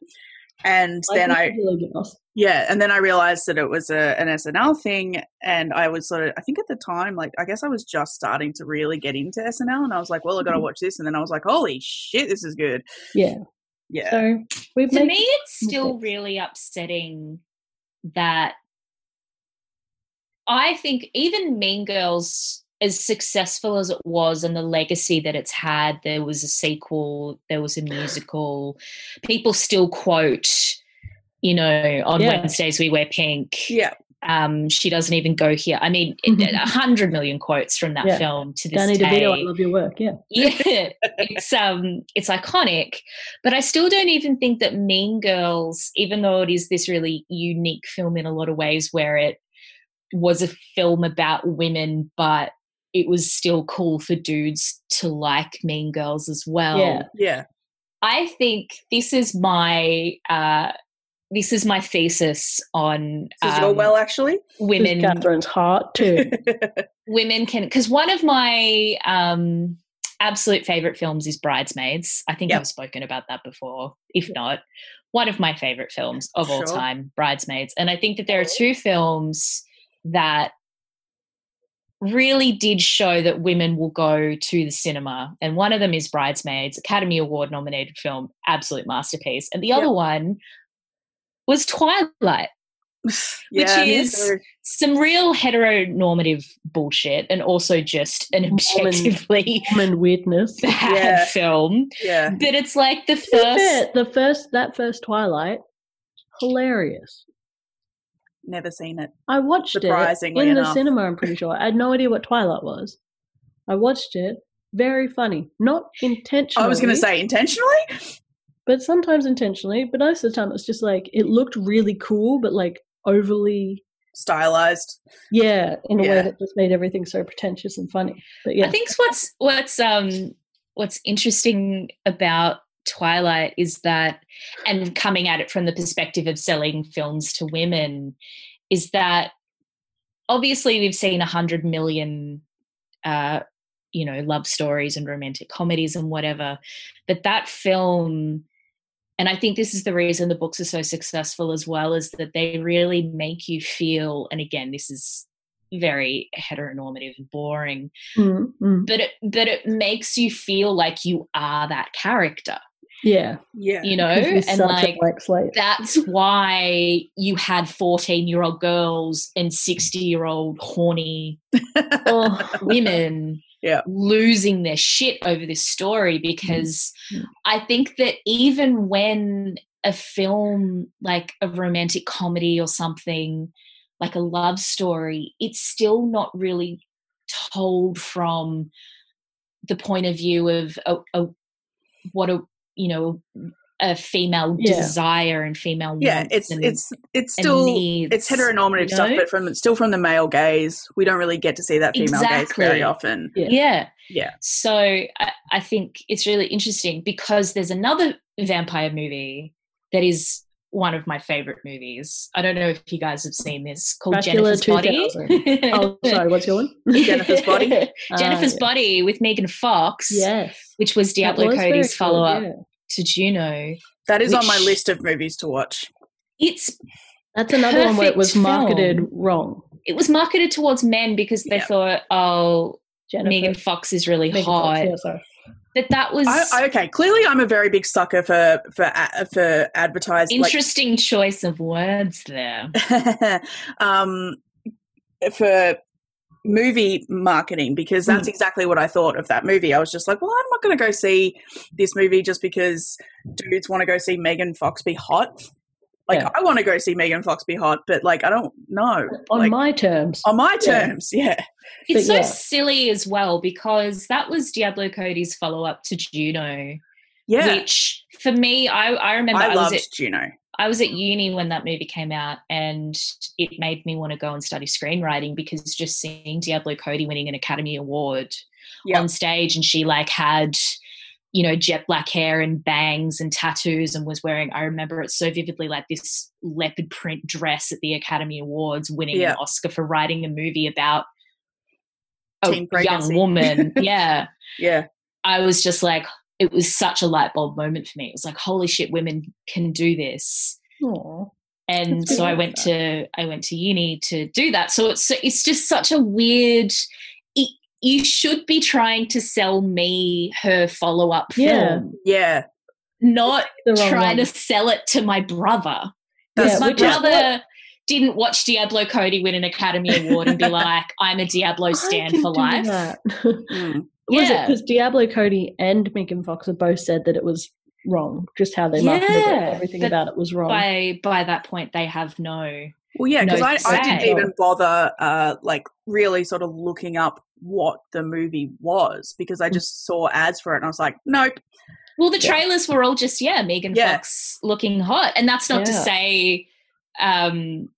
[SPEAKER 1] and then
[SPEAKER 3] Like,
[SPEAKER 1] I
[SPEAKER 3] really good loss.
[SPEAKER 1] yeah, and then I realized that it was a, an SNL thing, and I was sort of I think at the time like I guess I was just starting to really get into SNL, and I was like, well, I got to watch this, and then I was like, holy shit, this is good.
[SPEAKER 3] Yeah.
[SPEAKER 1] Yeah,
[SPEAKER 3] So we've
[SPEAKER 2] to
[SPEAKER 3] made
[SPEAKER 2] me it's still
[SPEAKER 3] mistakes.
[SPEAKER 2] really upsetting that i think even mean girls as successful as it was and the legacy that it's had there was a sequel there
[SPEAKER 3] *sighs*
[SPEAKER 2] was a musical people still quote you know on
[SPEAKER 3] Yeah.
[SPEAKER 2] wednesdays we wear pink
[SPEAKER 1] yeah,
[SPEAKER 2] um she doesn't even go here i mean it- a hundred million quotes from that
[SPEAKER 3] Mm-hmm. Yeah.
[SPEAKER 2] film to this
[SPEAKER 3] Danny
[SPEAKER 2] day
[SPEAKER 3] DeVito, I love your work. Yeah.
[SPEAKER 1] *laughs*
[SPEAKER 2] yeah it's um it's iconic but i still don't even think that mean girls even though it is this really unique film in a lot of ways where it was a film about women but it was still cool for dudes to like Mean Girls as well.
[SPEAKER 3] Yeah.
[SPEAKER 1] Yeah.
[SPEAKER 2] I think this is my uh, this is my thesis on
[SPEAKER 1] This is
[SPEAKER 2] um,
[SPEAKER 1] your well, actually. *laughs*
[SPEAKER 2] women
[SPEAKER 3] Catherine's heart too.
[SPEAKER 2] women can because one of my um absolute favorite films is bridesmaids i think
[SPEAKER 1] Yep.
[SPEAKER 2] i've spoken about that before if not one of my favorite films of all
[SPEAKER 1] Sure.
[SPEAKER 2] time bridesmaids and i think that there are two films that really did show that women will go to the cinema and one of them is bridesmaids academy award nominated film absolute masterpiece and the other
[SPEAKER 1] Yep.
[SPEAKER 2] one was twilight is-
[SPEAKER 1] very-
[SPEAKER 2] some real heteronormative bullshit and also just an objectively *laughs*
[SPEAKER 3] Common weirdness.
[SPEAKER 2] bad
[SPEAKER 1] Yeah.
[SPEAKER 2] film.
[SPEAKER 1] yeah.
[SPEAKER 2] But it's like the
[SPEAKER 3] To be fair,
[SPEAKER 2] first
[SPEAKER 3] the first that first Twilight, hilarious.
[SPEAKER 1] Never seen it.
[SPEAKER 3] I watched it
[SPEAKER 1] Surprisingly
[SPEAKER 3] in the
[SPEAKER 1] enough.
[SPEAKER 3] cinema. I'm pretty sure I had no idea what Twilight was. I watched it. Very funny, not intentionally.
[SPEAKER 1] I was going to say intentionally.
[SPEAKER 3] but sometimes intentionally. But most of the time, it's just like it looked really cool, but like overly,
[SPEAKER 1] Stylized.
[SPEAKER 3] yeah, in a way
[SPEAKER 1] Yeah.
[SPEAKER 3] that just made everything so pretentious and funny. But yeah,
[SPEAKER 2] I think what's what's um what's interesting about Twilight is that and coming at it from the perspective of selling films to women is that obviously we've seen a hundred million uh you know love stories and romantic comedies and whatever but that film and i think this is the reason the books are so successful as well is that they really make you feel and again this is very heteronormative and boring
[SPEAKER 3] Mm, mm.
[SPEAKER 2] but it but it makes you feel like you are that character
[SPEAKER 3] yeah,
[SPEAKER 1] Yeah.
[SPEAKER 2] you know
[SPEAKER 3] 'cause you're
[SPEAKER 2] Oh, and
[SPEAKER 3] such a
[SPEAKER 2] like
[SPEAKER 3] blank slate.
[SPEAKER 2] that's why you had 14 year old girls and 60 year old horny
[SPEAKER 3] Oh,
[SPEAKER 2] women
[SPEAKER 1] Yeah.
[SPEAKER 2] losing their shit over this story because
[SPEAKER 3] Mm.
[SPEAKER 2] I think that even when a film like a romantic comedy or something like a love story, it's still not really told from the point of view of a, a what a you know a female
[SPEAKER 3] Yeah.
[SPEAKER 2] desire and female
[SPEAKER 1] yeah.
[SPEAKER 2] wants
[SPEAKER 1] It's
[SPEAKER 2] and-
[SPEAKER 1] it's it's
[SPEAKER 2] and
[SPEAKER 1] still
[SPEAKER 2] needs,
[SPEAKER 1] it's heteronormative
[SPEAKER 2] you
[SPEAKER 1] stuff,
[SPEAKER 2] know?
[SPEAKER 1] but from still from the male gaze, we don't really get to see that female gaze very
[SPEAKER 2] Exactly.
[SPEAKER 1] often.
[SPEAKER 3] Yeah.
[SPEAKER 2] yeah
[SPEAKER 1] Yeah.
[SPEAKER 2] So I, I think it's really interesting because there's another vampire movie that is one of my favorite movies. I don't know if you guys have seen this called
[SPEAKER 3] Dracula
[SPEAKER 2] Jennifer's Body.
[SPEAKER 3] 2000. oh,
[SPEAKER 2] *laughs*
[SPEAKER 3] sorry, what's your one?
[SPEAKER 1] Jennifer's Body?
[SPEAKER 3] Ah,
[SPEAKER 2] Jennifer's
[SPEAKER 3] yeah.
[SPEAKER 2] Body with Megan Fox,
[SPEAKER 3] Yes.
[SPEAKER 2] which was
[SPEAKER 3] That
[SPEAKER 2] Diablo
[SPEAKER 3] was very
[SPEAKER 2] Cody's
[SPEAKER 3] good,
[SPEAKER 2] follow up
[SPEAKER 3] yeah.
[SPEAKER 2] to Juno.
[SPEAKER 1] That is on my
[SPEAKER 2] Which-
[SPEAKER 1] list of movies to watch.
[SPEAKER 2] It's
[SPEAKER 3] That's another one where it was
[SPEAKER 2] Perfect
[SPEAKER 3] marketed
[SPEAKER 2] film.
[SPEAKER 3] wrong.
[SPEAKER 2] it was marketed towards men because they
[SPEAKER 1] Yeah.
[SPEAKER 2] thought, oh,
[SPEAKER 3] Jennifer.
[SPEAKER 2] Megan Fox is really
[SPEAKER 3] Megan
[SPEAKER 2] hot.
[SPEAKER 3] Fox, yeah, sorry.
[SPEAKER 2] But that was
[SPEAKER 1] I, I, okay, clearly I'm a very big sucker for for a- for advertising. like-
[SPEAKER 2] interesting choice of words there.
[SPEAKER 1] *laughs* um, for movie marketing because
[SPEAKER 3] Hmm.
[SPEAKER 1] that's exactly what I thought of that movie. I was just like, well, I'm not going to go see this movie just because dudes want to go see Megan Fox be hot. Like,
[SPEAKER 3] Yeah.
[SPEAKER 1] I want to go see Megan Fox be hot, but like, I don't know.
[SPEAKER 3] On
[SPEAKER 1] like,
[SPEAKER 3] my terms.
[SPEAKER 1] on my
[SPEAKER 3] yeah.
[SPEAKER 1] terms, *laughs* yeah.
[SPEAKER 2] It's
[SPEAKER 3] But
[SPEAKER 2] so
[SPEAKER 3] yeah.
[SPEAKER 2] silly as well because that was Diablo Cody's follow up to Juno,
[SPEAKER 1] Yeah.
[SPEAKER 2] which for me, I, I remember
[SPEAKER 1] I,
[SPEAKER 2] I, was
[SPEAKER 1] loved
[SPEAKER 2] at,
[SPEAKER 1] Juno.
[SPEAKER 2] I was at uni when that movie came out, and it made me want to go and study screenwriting because just seeing Diablo Cody winning an Academy Award
[SPEAKER 1] Yeah.
[SPEAKER 2] on stage, and she like had you know jet black hair and bangs and tattoos and was wearing i remember it so vividly like this leopard print dress at the academy awards winning
[SPEAKER 1] Yeah.
[SPEAKER 2] an oscar for writing a movie about
[SPEAKER 1] Teen
[SPEAKER 2] a young
[SPEAKER 1] pregnancy. *laughs*
[SPEAKER 2] woman yeah
[SPEAKER 1] Yeah.
[SPEAKER 2] i was just like it was such a light bulb moment for me it was like holy shit women can do this
[SPEAKER 3] Aw.
[SPEAKER 2] and
[SPEAKER 3] That's
[SPEAKER 2] so i
[SPEAKER 3] really
[SPEAKER 2] went
[SPEAKER 3] nice.
[SPEAKER 2] to i went to uni to do that so it's it's just such a weird it, you should be trying to sell me her follow-up film
[SPEAKER 3] Yeah.
[SPEAKER 1] Yeah.
[SPEAKER 2] not
[SPEAKER 3] The wrong
[SPEAKER 2] trying
[SPEAKER 3] one.
[SPEAKER 2] to sell it to my brother.
[SPEAKER 1] That's
[SPEAKER 3] Yeah,
[SPEAKER 2] my
[SPEAKER 3] which is
[SPEAKER 2] brother
[SPEAKER 3] what-
[SPEAKER 2] didn't watch Diablo Cody win an Academy Award
[SPEAKER 3] *laughs*
[SPEAKER 2] and be like, I'm a Diablo
[SPEAKER 3] I
[SPEAKER 2] stand
[SPEAKER 3] can
[SPEAKER 2] for
[SPEAKER 3] do
[SPEAKER 2] life. *laughs*
[SPEAKER 3] that.
[SPEAKER 1] Mm.
[SPEAKER 3] *laughs* Was it
[SPEAKER 2] Yeah.
[SPEAKER 3] because Diablo Cody and Megan Fox have both said that it was wrong, just how they marketed
[SPEAKER 2] Yeah,
[SPEAKER 3] it, everything
[SPEAKER 2] that-
[SPEAKER 3] about it was wrong.
[SPEAKER 2] By by that point they have no
[SPEAKER 1] Well, yeah, because
[SPEAKER 2] No,
[SPEAKER 1] I, I didn't
[SPEAKER 2] exactly.
[SPEAKER 1] even bother, uh, like, really sort of looking up what the movie was because
[SPEAKER 2] Mm.
[SPEAKER 1] I just saw ads for it and I was like, nope,
[SPEAKER 2] Well the
[SPEAKER 3] Yeah.
[SPEAKER 2] trailers were all just, yeah, Megan
[SPEAKER 1] Yeah.
[SPEAKER 2] Fox looking hot. And that's not to
[SPEAKER 3] Yeah.
[SPEAKER 2] say um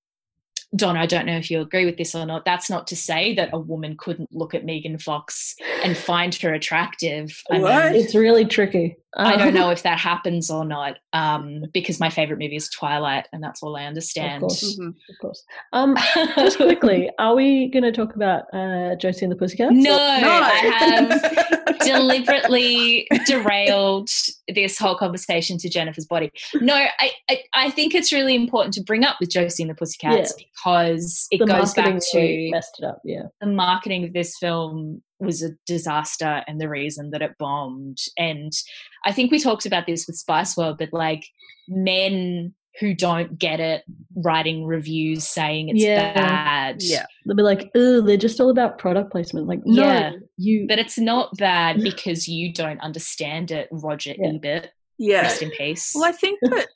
[SPEAKER 2] Don, I don't know if you agree with this or not. That's not to say that a woman couldn't look at Megan Fox and find her attractive. I mean,
[SPEAKER 1] What?
[SPEAKER 3] It's really tricky.
[SPEAKER 2] I
[SPEAKER 3] Um,
[SPEAKER 2] don't know if that happens or not, um, because my favorite movie is Twilight, and that's all I understand. *laughs*
[SPEAKER 3] course.
[SPEAKER 1] Mhm.
[SPEAKER 3] *laughs* Of course. Um, just quickly, are we going to talk about uh, Josie and the Pussycats?
[SPEAKER 2] no,
[SPEAKER 1] *laughs* No.
[SPEAKER 2] I have
[SPEAKER 1] *laughs*
[SPEAKER 2] deliberately derailed this whole conversation to Jennifer's body. No, I, I, I think it's really important to bring up with Josie and the Pussycats because it
[SPEAKER 3] the
[SPEAKER 2] goes
[SPEAKER 3] marketing
[SPEAKER 2] back to
[SPEAKER 3] really messed it up. Yeah,
[SPEAKER 2] the marketing of this film was a disaster and the reason that it bombed. And I think we talked about this with Spice World, but like men who don't get it writing reviews saying it's
[SPEAKER 3] Yeah.
[SPEAKER 2] bad.
[SPEAKER 1] yeah.
[SPEAKER 3] they'll be like, "Oh, they're just all about product placement." Like, no,
[SPEAKER 2] Yeah.
[SPEAKER 3] you.
[SPEAKER 2] But it's not bad because you don't understand it, Roger
[SPEAKER 3] Yeah.
[SPEAKER 2] Ebert.
[SPEAKER 1] Yeah.
[SPEAKER 2] Rest in peace.
[SPEAKER 1] Well, I think that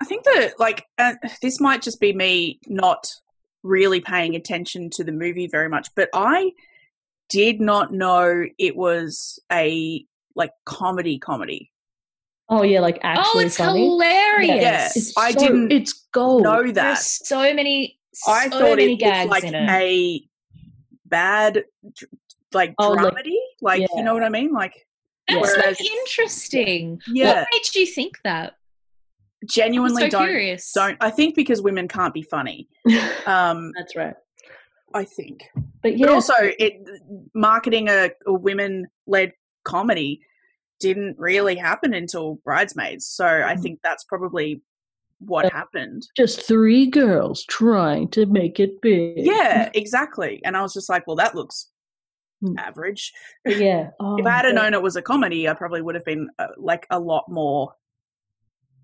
[SPEAKER 1] I think that like uh, this might just be me not really paying attention to the movie very much, but I did not know it was a like comedy comedy.
[SPEAKER 3] oh yeah, like
[SPEAKER 2] oh,
[SPEAKER 3] actually
[SPEAKER 2] it's
[SPEAKER 3] funny.
[SPEAKER 2] hilarious.
[SPEAKER 1] Yeah.
[SPEAKER 3] It's
[SPEAKER 1] I
[SPEAKER 3] so-
[SPEAKER 1] didn't
[SPEAKER 3] It's gold.
[SPEAKER 1] know
[SPEAKER 2] There's
[SPEAKER 1] that.
[SPEAKER 2] so many so
[SPEAKER 1] I thought
[SPEAKER 2] Oh,
[SPEAKER 1] it
[SPEAKER 2] many
[SPEAKER 1] was
[SPEAKER 2] gags
[SPEAKER 1] like
[SPEAKER 2] in it.
[SPEAKER 1] a bad dr- like
[SPEAKER 3] Oh, like-
[SPEAKER 1] dramedy. Like you know what I mean? Like
[SPEAKER 2] That's
[SPEAKER 1] whereas-
[SPEAKER 2] so interesting.
[SPEAKER 1] yeah,
[SPEAKER 2] What made you think that? I'm
[SPEAKER 1] genuinely
[SPEAKER 2] so
[SPEAKER 1] don't
[SPEAKER 2] curious.
[SPEAKER 1] don't. I think because women can't be funny. Um,
[SPEAKER 3] *laughs* That's right.
[SPEAKER 1] I think.
[SPEAKER 3] But yeah,
[SPEAKER 1] but also it marketing a, a women led comedy didn't really happen until bridesmaids so i
[SPEAKER 3] Mm.
[SPEAKER 1] think that's probably what
[SPEAKER 3] Yeah.
[SPEAKER 1] happened
[SPEAKER 3] just three girls trying to make it big.
[SPEAKER 1] yeah
[SPEAKER 2] Mm.
[SPEAKER 1] exactly and i was just like well that looks
[SPEAKER 3] Mm.
[SPEAKER 1] average
[SPEAKER 3] *laughs* yeah. Oh,
[SPEAKER 1] if i had
[SPEAKER 3] yeah.
[SPEAKER 1] known it was a comedy i probably would have been uh, like a lot more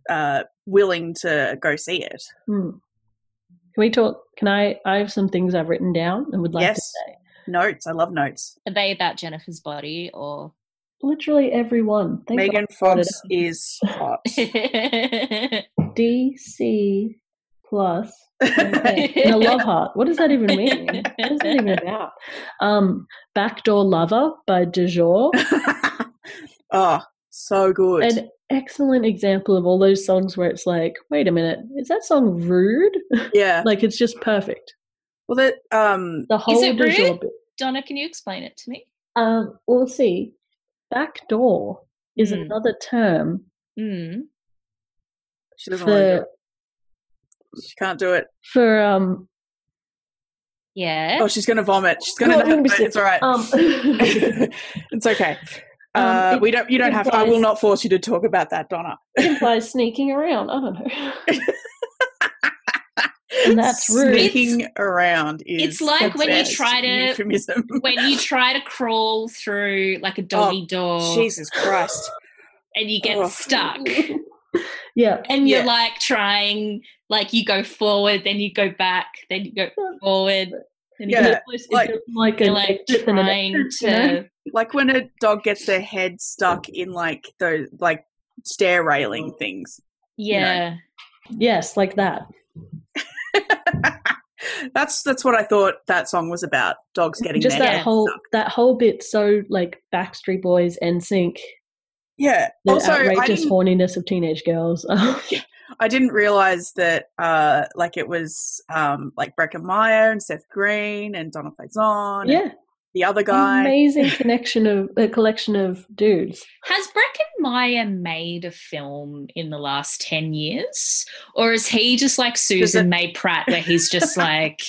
[SPEAKER 1] uh willing to go see it
[SPEAKER 3] Hmm. Can we talk? Can I? I have some things I've written down and would like to
[SPEAKER 1] Yes.
[SPEAKER 3] say.
[SPEAKER 1] notes i love notes
[SPEAKER 2] Are they about Jennifer's body *laughs* or?
[SPEAKER 3] Literally everyone. Thank
[SPEAKER 1] megan
[SPEAKER 3] God I
[SPEAKER 1] fox is
[SPEAKER 3] *laughs*
[SPEAKER 1] hot
[SPEAKER 3] got DC plus
[SPEAKER 1] *laughs*
[SPEAKER 3] in a love heart. What does that even mean? What is that even about? Um, Backdoor Lover by De Jure.
[SPEAKER 1] oh so *laughs* good
[SPEAKER 3] An excellent example of all those songs where it's like, wait a minute, is that song rude?
[SPEAKER 1] yeah
[SPEAKER 3] like it's just perfect.
[SPEAKER 1] well that um
[SPEAKER 3] The whole
[SPEAKER 2] it
[SPEAKER 3] De
[SPEAKER 2] rude?
[SPEAKER 3] Jure bit.
[SPEAKER 2] Donna, can you explain it to me?
[SPEAKER 3] Um, we'll see. Backdoor is
[SPEAKER 2] Hmm.
[SPEAKER 3] another term
[SPEAKER 1] Oh,
[SPEAKER 2] Mm.
[SPEAKER 1] She doesn't want to do
[SPEAKER 3] for
[SPEAKER 1] it. She can't do it.
[SPEAKER 3] for um
[SPEAKER 2] Yeah.
[SPEAKER 1] *laughs* Oh, she's going to vomit. She's going
[SPEAKER 3] No,
[SPEAKER 1] to.
[SPEAKER 3] I'm Eh? gonna be sick.
[SPEAKER 1] it's all right. *laughs*
[SPEAKER 3] um *laughs*
[SPEAKER 1] it's okay.
[SPEAKER 3] Um,
[SPEAKER 1] Uh,
[SPEAKER 3] it-
[SPEAKER 1] we don't. You don't
[SPEAKER 3] it
[SPEAKER 1] have. to I
[SPEAKER 3] implies-
[SPEAKER 1] will not force you to talk about that, Donna.
[SPEAKER 3] implies sneaking around. I don't know. And that's rude.
[SPEAKER 1] Sneaking around is.
[SPEAKER 2] it's like
[SPEAKER 1] the
[SPEAKER 2] when you
[SPEAKER 1] best
[SPEAKER 2] try to-
[SPEAKER 1] euphemism.
[SPEAKER 2] *laughs*
[SPEAKER 1] *laughs*
[SPEAKER 2] when you try to crawl through like a doggy door
[SPEAKER 1] Jesus Christ!
[SPEAKER 2] and you get
[SPEAKER 1] Oh. *laughs*
[SPEAKER 2] stuck
[SPEAKER 3] *laughs* yeah.
[SPEAKER 2] and you're
[SPEAKER 1] Yeah.
[SPEAKER 2] like trying like you go forward then you go back then you go forward then you
[SPEAKER 1] Yeah,
[SPEAKER 2] go,
[SPEAKER 3] It's
[SPEAKER 1] like-
[SPEAKER 3] just like
[SPEAKER 2] you're
[SPEAKER 3] an
[SPEAKER 2] like
[SPEAKER 3] exit and an
[SPEAKER 2] trying
[SPEAKER 3] entrance, you know?
[SPEAKER 2] to
[SPEAKER 1] Like when a dog gets their head stuck in like those like stair
[SPEAKER 2] Oh.
[SPEAKER 1] railing things.
[SPEAKER 2] yeah
[SPEAKER 3] Yes, like that.
[SPEAKER 1] That's that's what I thought that song was about. Dogs getting
[SPEAKER 3] Just
[SPEAKER 1] their
[SPEAKER 3] that
[SPEAKER 1] head
[SPEAKER 3] whole
[SPEAKER 1] stuck.
[SPEAKER 3] that whole bit so like Backstreet Boys and Sync,
[SPEAKER 1] Yeah.
[SPEAKER 3] the
[SPEAKER 1] also, I
[SPEAKER 3] outrageous
[SPEAKER 1] didn't
[SPEAKER 3] horniness of teenage girls. *laughs*
[SPEAKER 1] I didn't realize that uh like it was um like Breckin Meyer and Seth Green and Donald Faison and
[SPEAKER 3] yeah.
[SPEAKER 1] the other guy.
[SPEAKER 3] Amazing connection of a collection of dudes.
[SPEAKER 2] Has Breckenmeyer made a film in the last 10 years? Or is he just like Susan May Pratt, where he's
[SPEAKER 1] *laughs*
[SPEAKER 2] just like,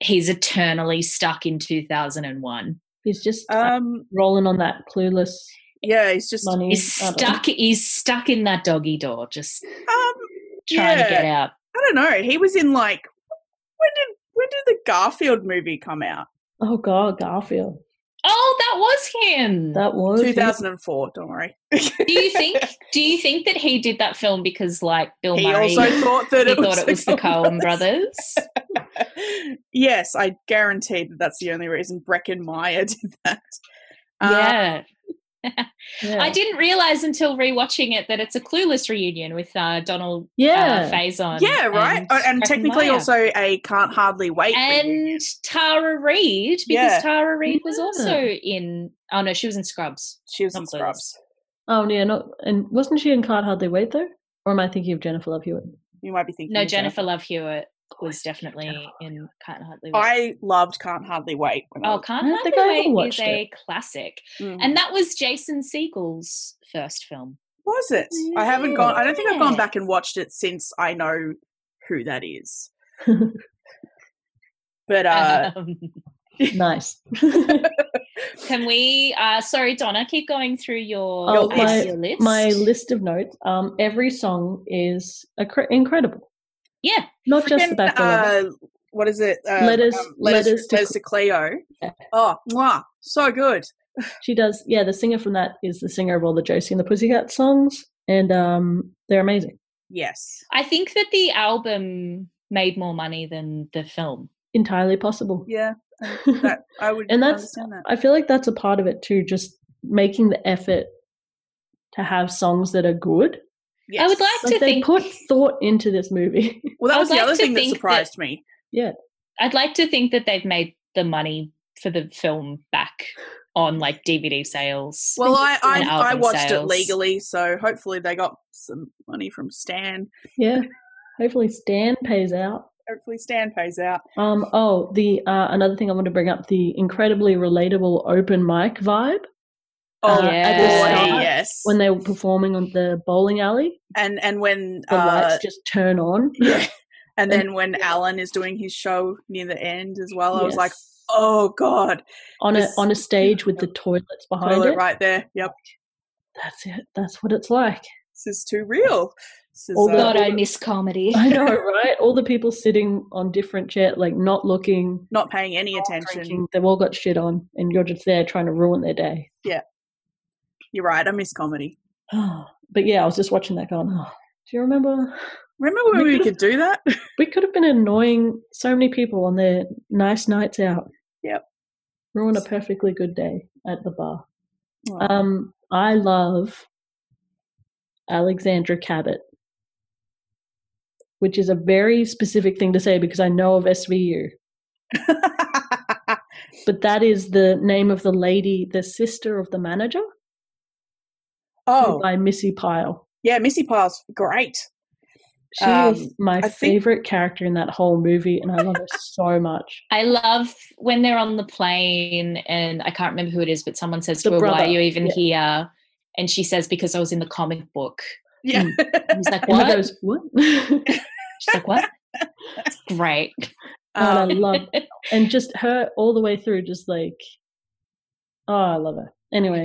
[SPEAKER 2] he's eternally stuck in 2001?
[SPEAKER 3] He's just uh,
[SPEAKER 1] Um
[SPEAKER 3] rolling on that clueless
[SPEAKER 1] yeah, he's just um
[SPEAKER 3] money.
[SPEAKER 2] He's
[SPEAKER 3] I don't
[SPEAKER 2] stuck, he's stuck in that doggy door, just
[SPEAKER 1] um, yeah,
[SPEAKER 2] trying to get out.
[SPEAKER 1] I don't know. He was in like when did when did the Garfield movie come out?
[SPEAKER 3] know. Oh god, Garfield.
[SPEAKER 2] Oh, that was
[SPEAKER 1] *laughs*
[SPEAKER 2] him.
[SPEAKER 3] That was
[SPEAKER 1] Two thousand and four, don't worry.
[SPEAKER 2] do you think do you think that he did that film because like Bill
[SPEAKER 1] He
[SPEAKER 2] Murray
[SPEAKER 1] also thought that
[SPEAKER 2] Oh, he
[SPEAKER 1] it was,
[SPEAKER 2] thought it was the Coen brothers?
[SPEAKER 1] *laughs* yes, I guarantee that that's the only reason Breckin Meyer *laughs* did that. Uh,
[SPEAKER 2] yeah.
[SPEAKER 3] yeah.
[SPEAKER 2] I didn't realize until rewatching it that it's a clueless reunion with uh, Donald
[SPEAKER 3] yeah.
[SPEAKER 2] uh, Faison.
[SPEAKER 1] yeah, right. And, and
[SPEAKER 2] Breckin
[SPEAKER 1] technically
[SPEAKER 2] Meyer.
[SPEAKER 1] also a can't hardly wait. reunion.
[SPEAKER 2] and Tara Reid because
[SPEAKER 1] Yeah.
[SPEAKER 2] Tara Reid was
[SPEAKER 3] Yeah.
[SPEAKER 2] also in. Oh no, she was in Scrubs.
[SPEAKER 1] She was in
[SPEAKER 2] Not Clueless.
[SPEAKER 1] Scrubs.
[SPEAKER 3] oh yeah, not and
[SPEAKER 1] *laughs*
[SPEAKER 3] wasn't she in Can't Hardly Wait though? Or am I thinking of Jennifer Love Hewitt?
[SPEAKER 1] You might be thinking.
[SPEAKER 2] No,
[SPEAKER 1] of
[SPEAKER 2] Jennifer Love Hewitt. was definitely in Can't Hardly Wait.
[SPEAKER 1] I loved Can't Hardly Wait. When I
[SPEAKER 2] oh,
[SPEAKER 1] was-
[SPEAKER 2] Can't
[SPEAKER 3] I don't think I ever
[SPEAKER 2] Hardly Wait is
[SPEAKER 3] watched
[SPEAKER 2] a classic,
[SPEAKER 1] Mm.
[SPEAKER 2] and that was Jason Siegel's first film.
[SPEAKER 1] was it? I haven't gone. I don't think I've
[SPEAKER 2] Yeah.
[SPEAKER 1] gone back and watched it since I know who that is. but uh,
[SPEAKER 2] Um,
[SPEAKER 3] nice. *laughs*
[SPEAKER 2] can we? Uh, sorry, Donna, keep going through your, um,
[SPEAKER 1] Oh,
[SPEAKER 2] your
[SPEAKER 1] my-
[SPEAKER 2] list.
[SPEAKER 3] My list of notes. Um, every song is accre- incredible.
[SPEAKER 2] yeah,
[SPEAKER 3] Not just the
[SPEAKER 1] freaking,
[SPEAKER 3] back door.
[SPEAKER 1] uh, what is it? Uh,
[SPEAKER 3] Letters-
[SPEAKER 1] letters,
[SPEAKER 3] Letters to
[SPEAKER 1] Letters to Cleo.
[SPEAKER 3] Yeah.
[SPEAKER 1] Oh, mwah, so good.
[SPEAKER 3] She does. Yeah, the singer from that is the singer of all the Josie and the Pussycat songs, and um, they're amazing
[SPEAKER 1] Yes.
[SPEAKER 2] I think that the album made more money than the film.
[SPEAKER 3] entirely possible.
[SPEAKER 1] Yeah. That I would
[SPEAKER 3] And that's-
[SPEAKER 1] understand that.
[SPEAKER 3] I feel like that's a part of it too, just making the effort to have songs that are good.
[SPEAKER 1] Yes.
[SPEAKER 2] I would like
[SPEAKER 3] Like
[SPEAKER 2] to
[SPEAKER 3] they
[SPEAKER 2] think.
[SPEAKER 3] put thought into this movie. *laughs*
[SPEAKER 1] Well,
[SPEAKER 2] I
[SPEAKER 1] that was
[SPEAKER 2] would
[SPEAKER 1] the
[SPEAKER 2] like
[SPEAKER 1] other
[SPEAKER 2] to
[SPEAKER 1] thing that
[SPEAKER 2] think that-
[SPEAKER 1] surprised me.
[SPEAKER 2] I'd like to think that they've made the money for the film back on like DVD sales.
[SPEAKER 1] Well, I I,
[SPEAKER 2] and
[SPEAKER 1] I
[SPEAKER 2] album
[SPEAKER 1] watched it
[SPEAKER 2] sales.
[SPEAKER 1] legally, so hopefully they got some money from Stan.
[SPEAKER 3] yeah. Hopefully Stan pays out.
[SPEAKER 1] Hopefully Stan pays out.
[SPEAKER 3] Um, oh, the uh, another thing I want to bring up the incredibly relatable open mic vibe
[SPEAKER 1] Oh,
[SPEAKER 3] Uh,
[SPEAKER 1] yeah.
[SPEAKER 2] at
[SPEAKER 1] boy,
[SPEAKER 2] the
[SPEAKER 3] start,
[SPEAKER 1] yes.
[SPEAKER 3] when they were performing on the bowling alley.
[SPEAKER 1] and and when
[SPEAKER 3] The
[SPEAKER 1] uh,
[SPEAKER 3] lights just turn on.
[SPEAKER 1] yeah.
[SPEAKER 3] *laughs*
[SPEAKER 1] and then when Alan is doing his show near the end as well, I was like,
[SPEAKER 3] Yes.
[SPEAKER 1] oh god,
[SPEAKER 3] on a
[SPEAKER 1] this-
[SPEAKER 3] on a stage with the toilets behind
[SPEAKER 1] toilet
[SPEAKER 3] it.
[SPEAKER 1] right there. Yep,
[SPEAKER 3] That's it. That's what it's like. *laughs*
[SPEAKER 1] this is too real. This is,
[SPEAKER 3] Oh,
[SPEAKER 1] uh,
[SPEAKER 2] God, I miss comedy.
[SPEAKER 3] I know, right? All the people sitting on different chair, like not looking,
[SPEAKER 1] not paying any
[SPEAKER 3] not
[SPEAKER 1] attention.
[SPEAKER 3] drinking. They've all got shit on, and you're just there trying to ruin their day. *gasps*
[SPEAKER 1] You're right. I miss comedy.
[SPEAKER 3] but yeah, I was just watching that going. Oh, do you remember?
[SPEAKER 1] Remember when
[SPEAKER 3] We
[SPEAKER 1] we
[SPEAKER 3] *laughs* could've-
[SPEAKER 1] could do that?
[SPEAKER 3] We could have been annoying so many people on their nice nights out.
[SPEAKER 1] Yep.
[SPEAKER 3] Ruin a perfectly good day at the bar.
[SPEAKER 1] Oh,
[SPEAKER 3] Um, I love Alexandra Cabot, which is a very specific thing to say because I know of SVU. But that is the name of the lady, the sister of the manager,
[SPEAKER 1] *laughs* Oh,
[SPEAKER 3] by Missy Pyle.
[SPEAKER 1] yeah, Missy Pile's great.
[SPEAKER 3] She
[SPEAKER 1] Um,
[SPEAKER 3] is my
[SPEAKER 1] I think-
[SPEAKER 3] favorite character in that whole movie, and I love her
[SPEAKER 1] *laughs*
[SPEAKER 3] so much.
[SPEAKER 2] I love when they're on the plane and I can't remember who it is, but someone says
[SPEAKER 3] The
[SPEAKER 2] to her, Why
[SPEAKER 3] brother,
[SPEAKER 2] are you even
[SPEAKER 3] yeah.
[SPEAKER 2] here? And she says, Because I was in the comic book.
[SPEAKER 1] Yeah,
[SPEAKER 3] Mm.
[SPEAKER 1] *laughs*
[SPEAKER 2] And he's
[SPEAKER 3] *laughs*
[SPEAKER 2] like,
[SPEAKER 3] And
[SPEAKER 2] What?
[SPEAKER 3] he goes, "What?" *laughs* and
[SPEAKER 2] She's like,
[SPEAKER 3] *laughs*
[SPEAKER 2] What? It's great.
[SPEAKER 3] I
[SPEAKER 1] um,
[SPEAKER 3] love, and just her all the way through, just like, oh, I love her. Anyway,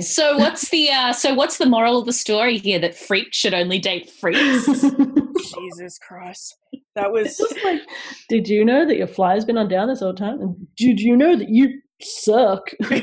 [SPEAKER 2] *laughs*
[SPEAKER 3] *laughs*
[SPEAKER 2] So what's the uh, so what's the moral of the story here that freaks should only date
[SPEAKER 3] *laughs*
[SPEAKER 2] freaks?
[SPEAKER 1] Jesus Christ, that was
[SPEAKER 3] It's just like, did you know that your fly's been on down this whole time? And did you know that you suck? *laughs* I've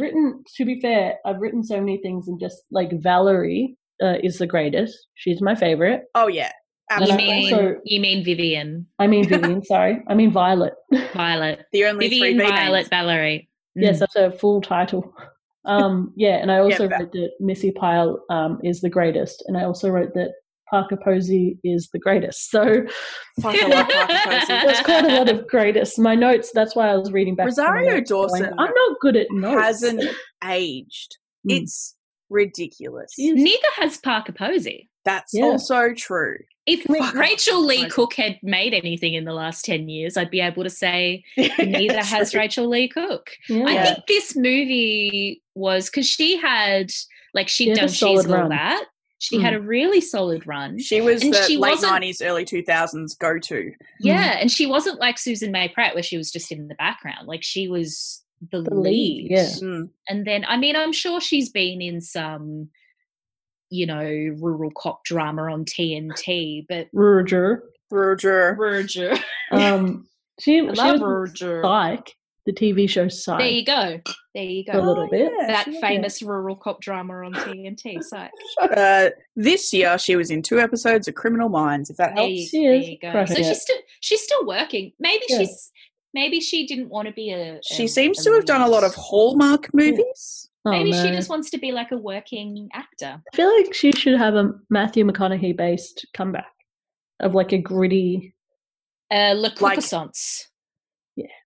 [SPEAKER 3] written, to be fair, I've written so many things, and just like Valerie uh, is the greatest. She's my favorite.
[SPEAKER 1] oh yeah,
[SPEAKER 3] *laughs* And
[SPEAKER 2] you
[SPEAKER 3] I
[SPEAKER 1] absolutely.
[SPEAKER 2] mean
[SPEAKER 3] also-
[SPEAKER 2] you mean Vivian
[SPEAKER 3] I mean Vivian, sorry, I mean Violet.
[SPEAKER 2] Violet.
[SPEAKER 1] the only three
[SPEAKER 2] Vivian
[SPEAKER 1] B
[SPEAKER 2] Violet
[SPEAKER 1] names.
[SPEAKER 2] Valerie. Mm.
[SPEAKER 3] Yes, that's her full title.
[SPEAKER 2] *laughs*
[SPEAKER 3] Um, yeah, and I also
[SPEAKER 1] Val-
[SPEAKER 3] wrote that Missy Pyle um, is the greatest, and I also wrote that Parker Posey is the greatest. So
[SPEAKER 1] Fuck, I love Parker
[SPEAKER 3] *laughs*
[SPEAKER 1] Posey.
[SPEAKER 3] there's quite a
[SPEAKER 2] *laughs*
[SPEAKER 3] lot of greatest. My notes. That's why I was reading back. to my
[SPEAKER 1] Rosario
[SPEAKER 3] notes going,
[SPEAKER 1] Dawson
[SPEAKER 3] I'm not good at notes.
[SPEAKER 1] hasn't aged.
[SPEAKER 3] Mm.
[SPEAKER 1] It's ridiculous.
[SPEAKER 3] She is-
[SPEAKER 2] Neither has Parker Posey.
[SPEAKER 1] That's
[SPEAKER 3] Yeah.
[SPEAKER 1] also
[SPEAKER 3] *laughs*
[SPEAKER 1] true.
[SPEAKER 2] If
[SPEAKER 1] Fuck.
[SPEAKER 2] Rachel Lee
[SPEAKER 1] Right.
[SPEAKER 2] Cook had made anything in the last 10 years, I'd be able to
[SPEAKER 3] *laughs*
[SPEAKER 2] say
[SPEAKER 1] *laughs*
[SPEAKER 2] neither
[SPEAKER 1] That's
[SPEAKER 2] has
[SPEAKER 1] true.
[SPEAKER 2] Rachel Lee Cook. I
[SPEAKER 1] Yeah.
[SPEAKER 2] think this movie was because she had, like, she'd
[SPEAKER 3] She had a
[SPEAKER 2] done
[SPEAKER 3] solid
[SPEAKER 2] She's and All
[SPEAKER 3] run. Mm.
[SPEAKER 2] That. She had a really solid run.
[SPEAKER 1] She was
[SPEAKER 2] And
[SPEAKER 1] the
[SPEAKER 2] she
[SPEAKER 1] late
[SPEAKER 2] wasn't-
[SPEAKER 1] nineties, early two thousands go to.
[SPEAKER 3] Mm.
[SPEAKER 2] Yeah. And she wasn't like Susan May Pratt, where she was just in the background. Like, she was the,
[SPEAKER 3] The lead,
[SPEAKER 2] lead.
[SPEAKER 3] yeah.
[SPEAKER 1] Mm.
[SPEAKER 2] And then, I mean, I'm sure she's been in some, you know, rural cop drama on TNT, but *laughs*
[SPEAKER 3] Roger.
[SPEAKER 1] Roger.
[SPEAKER 2] Roger.
[SPEAKER 3] Um, she she
[SPEAKER 2] I
[SPEAKER 3] was
[SPEAKER 2] love
[SPEAKER 3] in
[SPEAKER 2] Roger.
[SPEAKER 3] Psych, the TV show Psych.
[SPEAKER 2] There you go. There you
[SPEAKER 3] A
[SPEAKER 2] go.
[SPEAKER 3] little bit.
[SPEAKER 1] Oh, yeah,
[SPEAKER 2] that
[SPEAKER 1] she was
[SPEAKER 2] famous rural cop drama on TNT. So
[SPEAKER 1] in- Uh, this year, she was in two episodes of Criminal Minds. If that
[SPEAKER 2] there
[SPEAKER 1] helps,
[SPEAKER 2] you,
[SPEAKER 3] She
[SPEAKER 2] there
[SPEAKER 3] is
[SPEAKER 2] you go. So
[SPEAKER 3] crushing it.
[SPEAKER 2] she's still she's still working. Maybe
[SPEAKER 3] Yeah.
[SPEAKER 2] she's maybe she didn't want to be a.
[SPEAKER 1] she
[SPEAKER 2] a-
[SPEAKER 1] seems to have done a lot of
[SPEAKER 2] lead.
[SPEAKER 1] Hallmark movies.
[SPEAKER 3] Oh,
[SPEAKER 2] Maybe she
[SPEAKER 3] no.
[SPEAKER 2] just wants to be like a working actor.
[SPEAKER 3] I feel like she should have a Matthew McConaughey based comeback of like a gritty.
[SPEAKER 2] Uh, La
[SPEAKER 1] Like-
[SPEAKER 2] Croissance.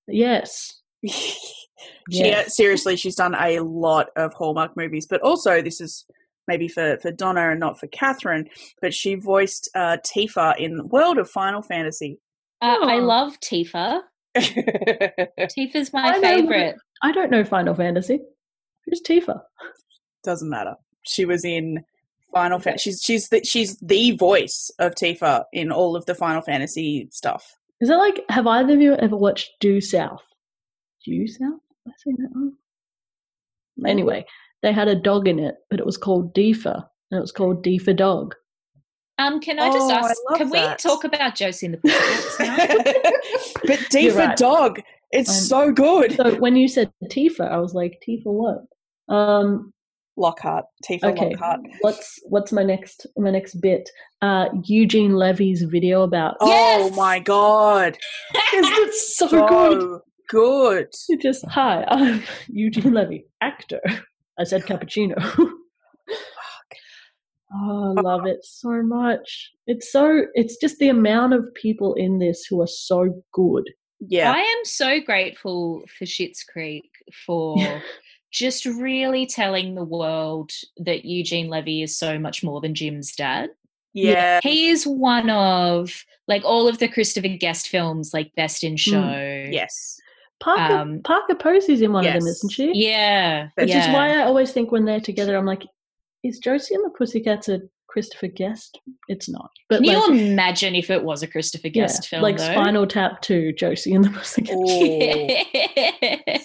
[SPEAKER 3] Yes.
[SPEAKER 1] she,
[SPEAKER 3] *laughs* Yes.
[SPEAKER 1] uh, seriously, she's done a lot of Hallmark movies, but also this is maybe for, for Donna and not for Catherine, but she voiced uh, Tifa in World of Final
[SPEAKER 3] *laughs*
[SPEAKER 1] Fantasy.
[SPEAKER 2] Uh,
[SPEAKER 3] Oh.
[SPEAKER 2] I love Tifa. Tifa's my
[SPEAKER 3] I know.
[SPEAKER 2] favorite.
[SPEAKER 3] I don't know Final Fantasy. Who's Tifa?
[SPEAKER 1] Doesn't matter. She was in Final Fantasy. She's she's the, she's the voice of Tifa in all of the Final Fantasy stuff.
[SPEAKER 3] Is that like, have either of you ever watched Due South? Due South? Am I saying that wrong? Anyway, they had a dog in it, but it was called Deefa, and it was called Deefa Dog.
[SPEAKER 2] Um, can I just
[SPEAKER 1] Oh, I
[SPEAKER 2] ask?
[SPEAKER 1] love
[SPEAKER 2] can
[SPEAKER 1] that.
[SPEAKER 2] we talk about Josie and the
[SPEAKER 3] *laughs*
[SPEAKER 1] but
[SPEAKER 2] Pussycats now?
[SPEAKER 1] *laughs* D
[SPEAKER 3] You're
[SPEAKER 1] for
[SPEAKER 3] right.
[SPEAKER 1] dog, it's
[SPEAKER 3] I'm-
[SPEAKER 1] so good.
[SPEAKER 3] So when you said Tifa, I was like, Tifa what? Um,
[SPEAKER 1] Lockhart, Tifa
[SPEAKER 3] okay,
[SPEAKER 1] Lockhart.
[SPEAKER 3] what's what's my next my next bit? Uh, Eugene Levy's video about.
[SPEAKER 1] Oh
[SPEAKER 2] Yes!
[SPEAKER 1] my god,
[SPEAKER 3] Isn't it Oh, so good?
[SPEAKER 1] so good.
[SPEAKER 3] You just hi, *laughs* I'm Eugene Levy, actor. I said cappuccino. *laughs* oh, I love it so much. It's so it's just the amount of people in this who are so good.
[SPEAKER 1] Yeah,
[SPEAKER 2] I am so grateful for Schitt's Creek for just really telling the world that Eugene Levy is so much more than Jim's dad.
[SPEAKER 1] yeah, *laughs*
[SPEAKER 2] He is one of like all of the Christopher Guest films, like Best
[SPEAKER 1] Hmm.
[SPEAKER 2] in Show.
[SPEAKER 1] yes.
[SPEAKER 3] Parker
[SPEAKER 2] Um,
[SPEAKER 3] Parker Posey's in one of them,
[SPEAKER 1] yes.
[SPEAKER 3] isn't she?
[SPEAKER 2] Yeah.
[SPEAKER 1] Which
[SPEAKER 3] Which
[SPEAKER 2] yeah.
[SPEAKER 3] is why I always think when they're together, I'm like, is Josie and the Pussycats a Christopher Guest? It's not. But
[SPEAKER 2] Can you
[SPEAKER 3] like,
[SPEAKER 2] imagine if it was a Christopher
[SPEAKER 3] yeah,
[SPEAKER 2] Guest film?
[SPEAKER 3] like
[SPEAKER 2] though? Oh,
[SPEAKER 3] Spinal Tap 2, Josie and the
[SPEAKER 2] *laughs*
[SPEAKER 3] Pussycats.
[SPEAKER 1] Ooh.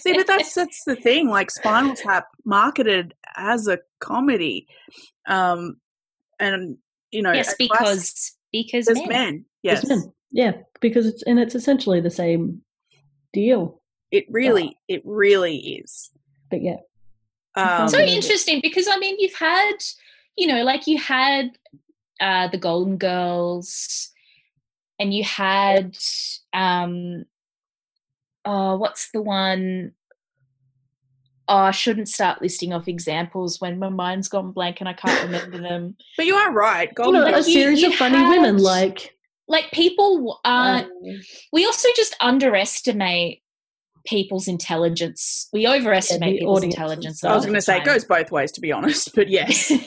[SPEAKER 1] See, but that's that's the thing. Like Spinal Tap marketed as a comedy, um, and you know,
[SPEAKER 2] yes,
[SPEAKER 1] a class-
[SPEAKER 2] because because
[SPEAKER 1] there's
[SPEAKER 2] men.
[SPEAKER 1] men. Yes,
[SPEAKER 3] It's been- Yeah, because it's and it's essentially the same deal.
[SPEAKER 1] it really, it really is.
[SPEAKER 3] But yeah,
[SPEAKER 1] Um,
[SPEAKER 2] so
[SPEAKER 3] Absolutely.
[SPEAKER 2] interesting because I mean you've had you know like you had uh the Golden Girls and you had um oh what's the one Oh, I shouldn't start listing off examples when my mind's gone blank and I can't remember them.
[SPEAKER 1] but you are right.
[SPEAKER 3] you
[SPEAKER 1] Golden
[SPEAKER 3] know,
[SPEAKER 1] Girls.
[SPEAKER 3] a
[SPEAKER 2] Like, you-
[SPEAKER 3] series
[SPEAKER 2] you
[SPEAKER 3] of funny
[SPEAKER 2] had- uh,
[SPEAKER 3] women like
[SPEAKER 2] Like people aren't
[SPEAKER 3] um,
[SPEAKER 2] we also just underestimate people's intelligence. We overestimate
[SPEAKER 3] Yeah, the
[SPEAKER 2] people's
[SPEAKER 3] audiences.
[SPEAKER 2] intelligence. a
[SPEAKER 1] I was
[SPEAKER 2] lot
[SPEAKER 1] going to
[SPEAKER 2] of
[SPEAKER 1] say
[SPEAKER 2] the
[SPEAKER 1] it goes both ways, to be honest.
[SPEAKER 2] *laughs*
[SPEAKER 1] But yes,
[SPEAKER 2] time.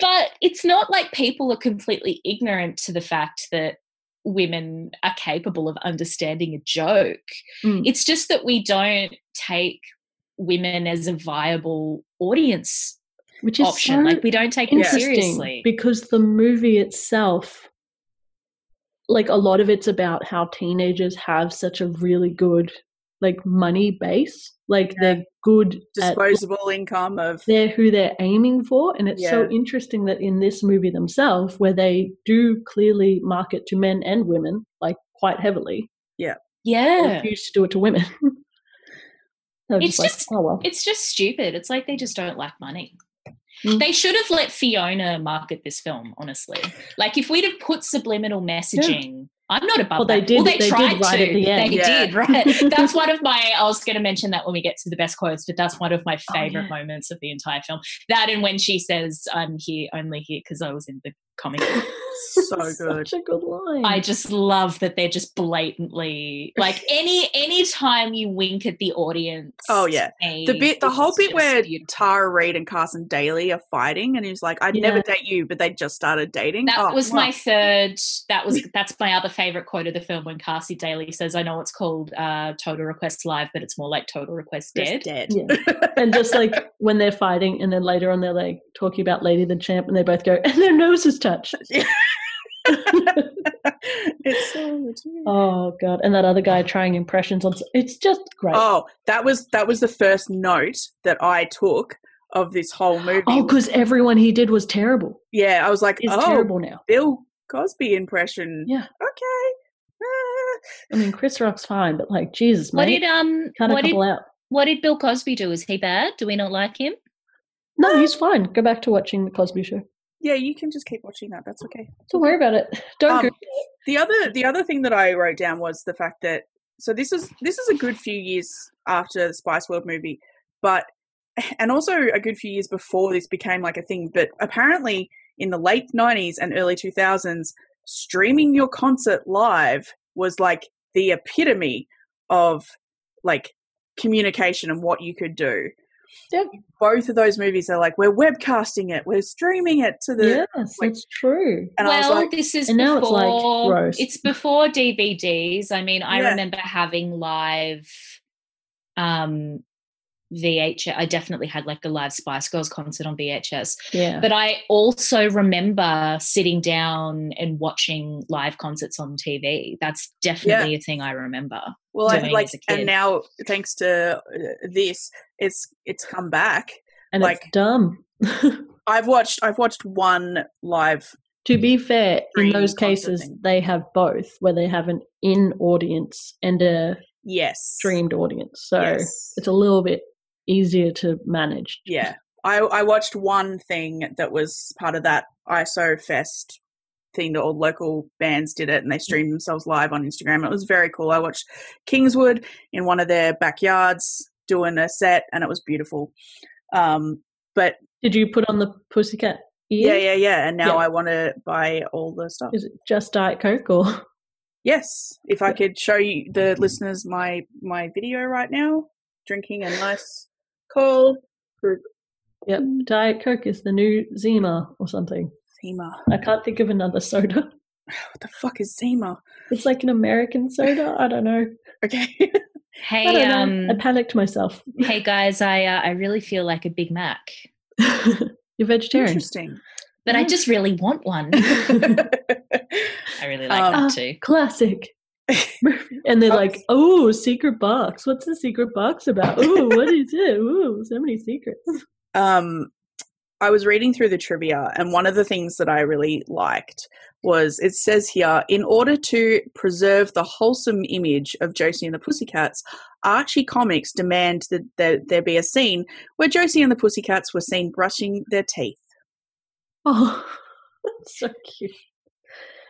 [SPEAKER 2] but it's not like people are completely ignorant to the fact that women are capable of understanding a joke.
[SPEAKER 3] Mm.
[SPEAKER 2] It's just that we don't take women as a viable audience
[SPEAKER 3] which is
[SPEAKER 2] option.
[SPEAKER 3] so
[SPEAKER 2] like we don't take them
[SPEAKER 3] interesting
[SPEAKER 2] seriously.
[SPEAKER 3] because the movie itself, like a lot of it's about how teenagers have such a really good like money base, like they're good at
[SPEAKER 1] disposable income of
[SPEAKER 3] they're who they're aiming for and it's so
[SPEAKER 1] Yeah.
[SPEAKER 3] interesting that in this movie themselves where they do clearly market to men and women like quite heavily They
[SPEAKER 2] yeah.
[SPEAKER 3] refuse to do it to women. *laughs* They're
[SPEAKER 2] It's
[SPEAKER 3] like,
[SPEAKER 2] just-
[SPEAKER 3] oh well.
[SPEAKER 2] It's just stupid. It's like they just don't like money.
[SPEAKER 3] Mm.
[SPEAKER 2] They should have let Fiona market this film, honestly. Like if we'd have put subliminal messaging, I'm not above
[SPEAKER 3] Well, they
[SPEAKER 2] that.
[SPEAKER 3] did-
[SPEAKER 2] well, they,
[SPEAKER 3] they did
[SPEAKER 2] tried
[SPEAKER 3] right
[SPEAKER 2] to.
[SPEAKER 3] at the end.
[SPEAKER 2] They
[SPEAKER 1] Yeah.
[SPEAKER 2] did,
[SPEAKER 3] *laughs*
[SPEAKER 2] right? that's one of my I was gonna mention that when we get to the best quotes, but that's one of my
[SPEAKER 3] Oh,
[SPEAKER 2] favorite
[SPEAKER 3] yeah.
[SPEAKER 2] moments of the entire film. That and when she says, I'm here only here because I was in the comic.
[SPEAKER 1] So
[SPEAKER 2] *laughs*
[SPEAKER 1] good.
[SPEAKER 3] *laughs* Such a good line.
[SPEAKER 2] I just love that they're just blatantly like any any time you wink at the audience.
[SPEAKER 1] Oh, yeah. the bit, the
[SPEAKER 2] it's
[SPEAKER 1] whole bit
[SPEAKER 2] just
[SPEAKER 1] where
[SPEAKER 2] beautiful.
[SPEAKER 1] Tara Reid and Carson Daly are fighting, and he's like, "I'd never date you," but they just started dating.
[SPEAKER 2] That
[SPEAKER 1] Oh,
[SPEAKER 2] was
[SPEAKER 1] mwah.
[SPEAKER 2] my third. That was that's my other favorite quote of the film when Carsey Daly says, "I know it's called uh, Total Request Live, but it's more like Total Request
[SPEAKER 1] Just
[SPEAKER 2] Dead."
[SPEAKER 3] Yeah. *laughs* and just like
[SPEAKER 1] *laughs*
[SPEAKER 3] when they're fighting, and then later on they're like talking about Lady the Champ, and they both go, and their
[SPEAKER 1] *laughs*
[SPEAKER 3] noses touch.
[SPEAKER 1] it's so ridiculous.
[SPEAKER 3] Oh god! And that other guy trying impressions on it's just great. Oh,
[SPEAKER 1] Oh, that was that was the first note that I took of this
[SPEAKER 3] *gasps* Oh,
[SPEAKER 1] whole movie.
[SPEAKER 3] because everyone he did was terrible.
[SPEAKER 1] yeah, I was like,
[SPEAKER 3] Is
[SPEAKER 1] "Oh,
[SPEAKER 3] terrible now.
[SPEAKER 1] Bill Cosby impression."
[SPEAKER 3] Yeah.
[SPEAKER 1] Okay. Ah.
[SPEAKER 3] I mean, Chris Rock's fine, but like Jesus,
[SPEAKER 2] What
[SPEAKER 3] mate,
[SPEAKER 2] did um?
[SPEAKER 3] cut a
[SPEAKER 2] What did
[SPEAKER 3] couple out.
[SPEAKER 2] what did Bill Cosby do? Is he bad? Do we not like him?
[SPEAKER 3] No, he's fine. Go back to watching the Cosby Show.
[SPEAKER 1] Yeah, you can just keep watching that. That's okay.
[SPEAKER 3] Don't worry about it. *laughs* Don't.
[SPEAKER 1] Um,
[SPEAKER 3] go
[SPEAKER 1] the other the other thing that I wrote down was the fact that so this is this is a good few years after the Spice World movie, but *laughs* and also a good few years before this became like a thing. But apparently, in the late '90s and early 2000s, streaming your concert live was like the epitome of like communication and what you could do.
[SPEAKER 3] Yep.
[SPEAKER 1] Both of those movies are like, we're webcasting it, we're streaming it to the.
[SPEAKER 3] yes,
[SPEAKER 1] like-
[SPEAKER 3] that's true.
[SPEAKER 1] And I was
[SPEAKER 2] well,
[SPEAKER 1] like,
[SPEAKER 2] this is
[SPEAKER 3] And now it's
[SPEAKER 2] before
[SPEAKER 3] like roast.
[SPEAKER 2] it's before DVDs. I mean, I
[SPEAKER 1] Yeah.
[SPEAKER 2] remember having live um VHS. I definitely had like a live Spice Girls concert on VHS.
[SPEAKER 3] Yeah.
[SPEAKER 2] But I also remember sitting down and watching live concerts on TV. That's definitely a thing I remember.
[SPEAKER 1] well, I
[SPEAKER 2] doing
[SPEAKER 1] like,
[SPEAKER 2] as a
[SPEAKER 1] and
[SPEAKER 2] kid.
[SPEAKER 1] now thanks to uh, this, it's it's come back.
[SPEAKER 3] and
[SPEAKER 1] like-
[SPEAKER 3] it's dumb.
[SPEAKER 1] I've watched I've watched one live.
[SPEAKER 3] to be fair, in
[SPEAKER 1] Green
[SPEAKER 3] those
[SPEAKER 1] concert
[SPEAKER 3] cases,
[SPEAKER 1] thing.
[SPEAKER 3] they have both, where they have an in audience and a
[SPEAKER 1] Yes,
[SPEAKER 3] streamed audience. So
[SPEAKER 1] Yes.
[SPEAKER 3] it's a little bit easier to manage.
[SPEAKER 1] Yeah, I I watched one thing that was part of that ISO Fest thing that all the local bands did it and they streamed themselves live on Instagram. It was very cool. I watched Kingswood in one of their backyards doing a set and it was beautiful. Um, but
[SPEAKER 3] Did you put on the pussycat ear?
[SPEAKER 1] yeah, yeah, yeah. And now
[SPEAKER 3] Yeah.
[SPEAKER 1] I want to buy all the stuff.
[SPEAKER 3] Is it just Diet Coke or
[SPEAKER 1] Yes, if I could show you the listeners my my video right now, drinking a nice cold
[SPEAKER 3] Yep, *laughs* Diet Coke is the new Zima or something.
[SPEAKER 1] Zima.
[SPEAKER 3] I can't think of another soda. *laughs*
[SPEAKER 1] What the fuck is Zima?
[SPEAKER 3] It's like an American soda. I don't know.
[SPEAKER 1] Okay. *laughs*
[SPEAKER 3] I,
[SPEAKER 2] Hey,
[SPEAKER 3] don't know.
[SPEAKER 2] um,
[SPEAKER 3] I panicked myself. *laughs*
[SPEAKER 2] hey guys, I uh, I really feel like a Big Mac,
[SPEAKER 3] You're vegetarian.
[SPEAKER 1] Interesting. *laughs*
[SPEAKER 2] but I
[SPEAKER 3] Yeah.
[SPEAKER 2] just really want one. I really like
[SPEAKER 1] Um,
[SPEAKER 2] that too.
[SPEAKER 1] *laughs*
[SPEAKER 3] Classic. and they're like, oh, secret box. What's the secret box about? Ooh, what is it? Ooh, so many secrets. *laughs*
[SPEAKER 1] um, I was reading through the trivia, and one of the things that I really liked was it says here in order to preserve the wholesome image of Josie and the Pussycats, Archie Comics demand that there, there be a scene where Josie and the Pussycats were seen brushing their teeth.
[SPEAKER 3] Oh, *laughs* so cute.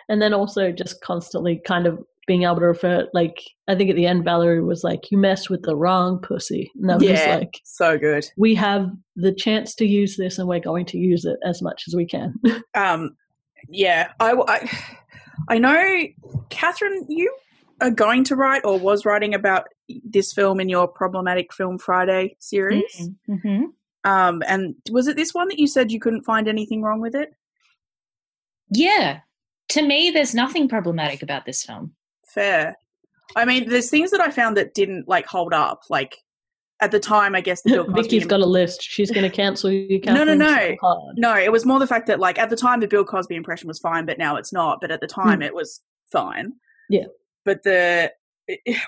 [SPEAKER 3] And then also just constantly kind of being able to refer, like, I think at the end, Valerie was like, you messed with the wrong pussy. *laughs* And that was
[SPEAKER 1] Yeah.
[SPEAKER 3] like,
[SPEAKER 1] So good.
[SPEAKER 3] we have the chance to use this and we're going to use it as much as we can.
[SPEAKER 1] um yeah I, I i know catherine you are going to write or was writing about this film in your problematic film friday series
[SPEAKER 2] Mhm.
[SPEAKER 3] Mm-hmm.
[SPEAKER 1] um and was it this one that you said you couldn't find anything wrong with it
[SPEAKER 2] Yeah. To me, there's nothing problematic about this film.
[SPEAKER 1] fair i mean there's things that i found that didn't like hold up like at the time i
[SPEAKER 3] *laughs*
[SPEAKER 1] guess the bill cosby
[SPEAKER 3] Vicky's got a list. She's going to cancel you.
[SPEAKER 1] No, no,
[SPEAKER 3] Catherine,
[SPEAKER 1] no.
[SPEAKER 3] so hard.
[SPEAKER 1] no it was more the fact that like at the time the bill cosby impression was fine but now it's not but at the time it was fine
[SPEAKER 3] Hmm. Yeah.
[SPEAKER 1] but the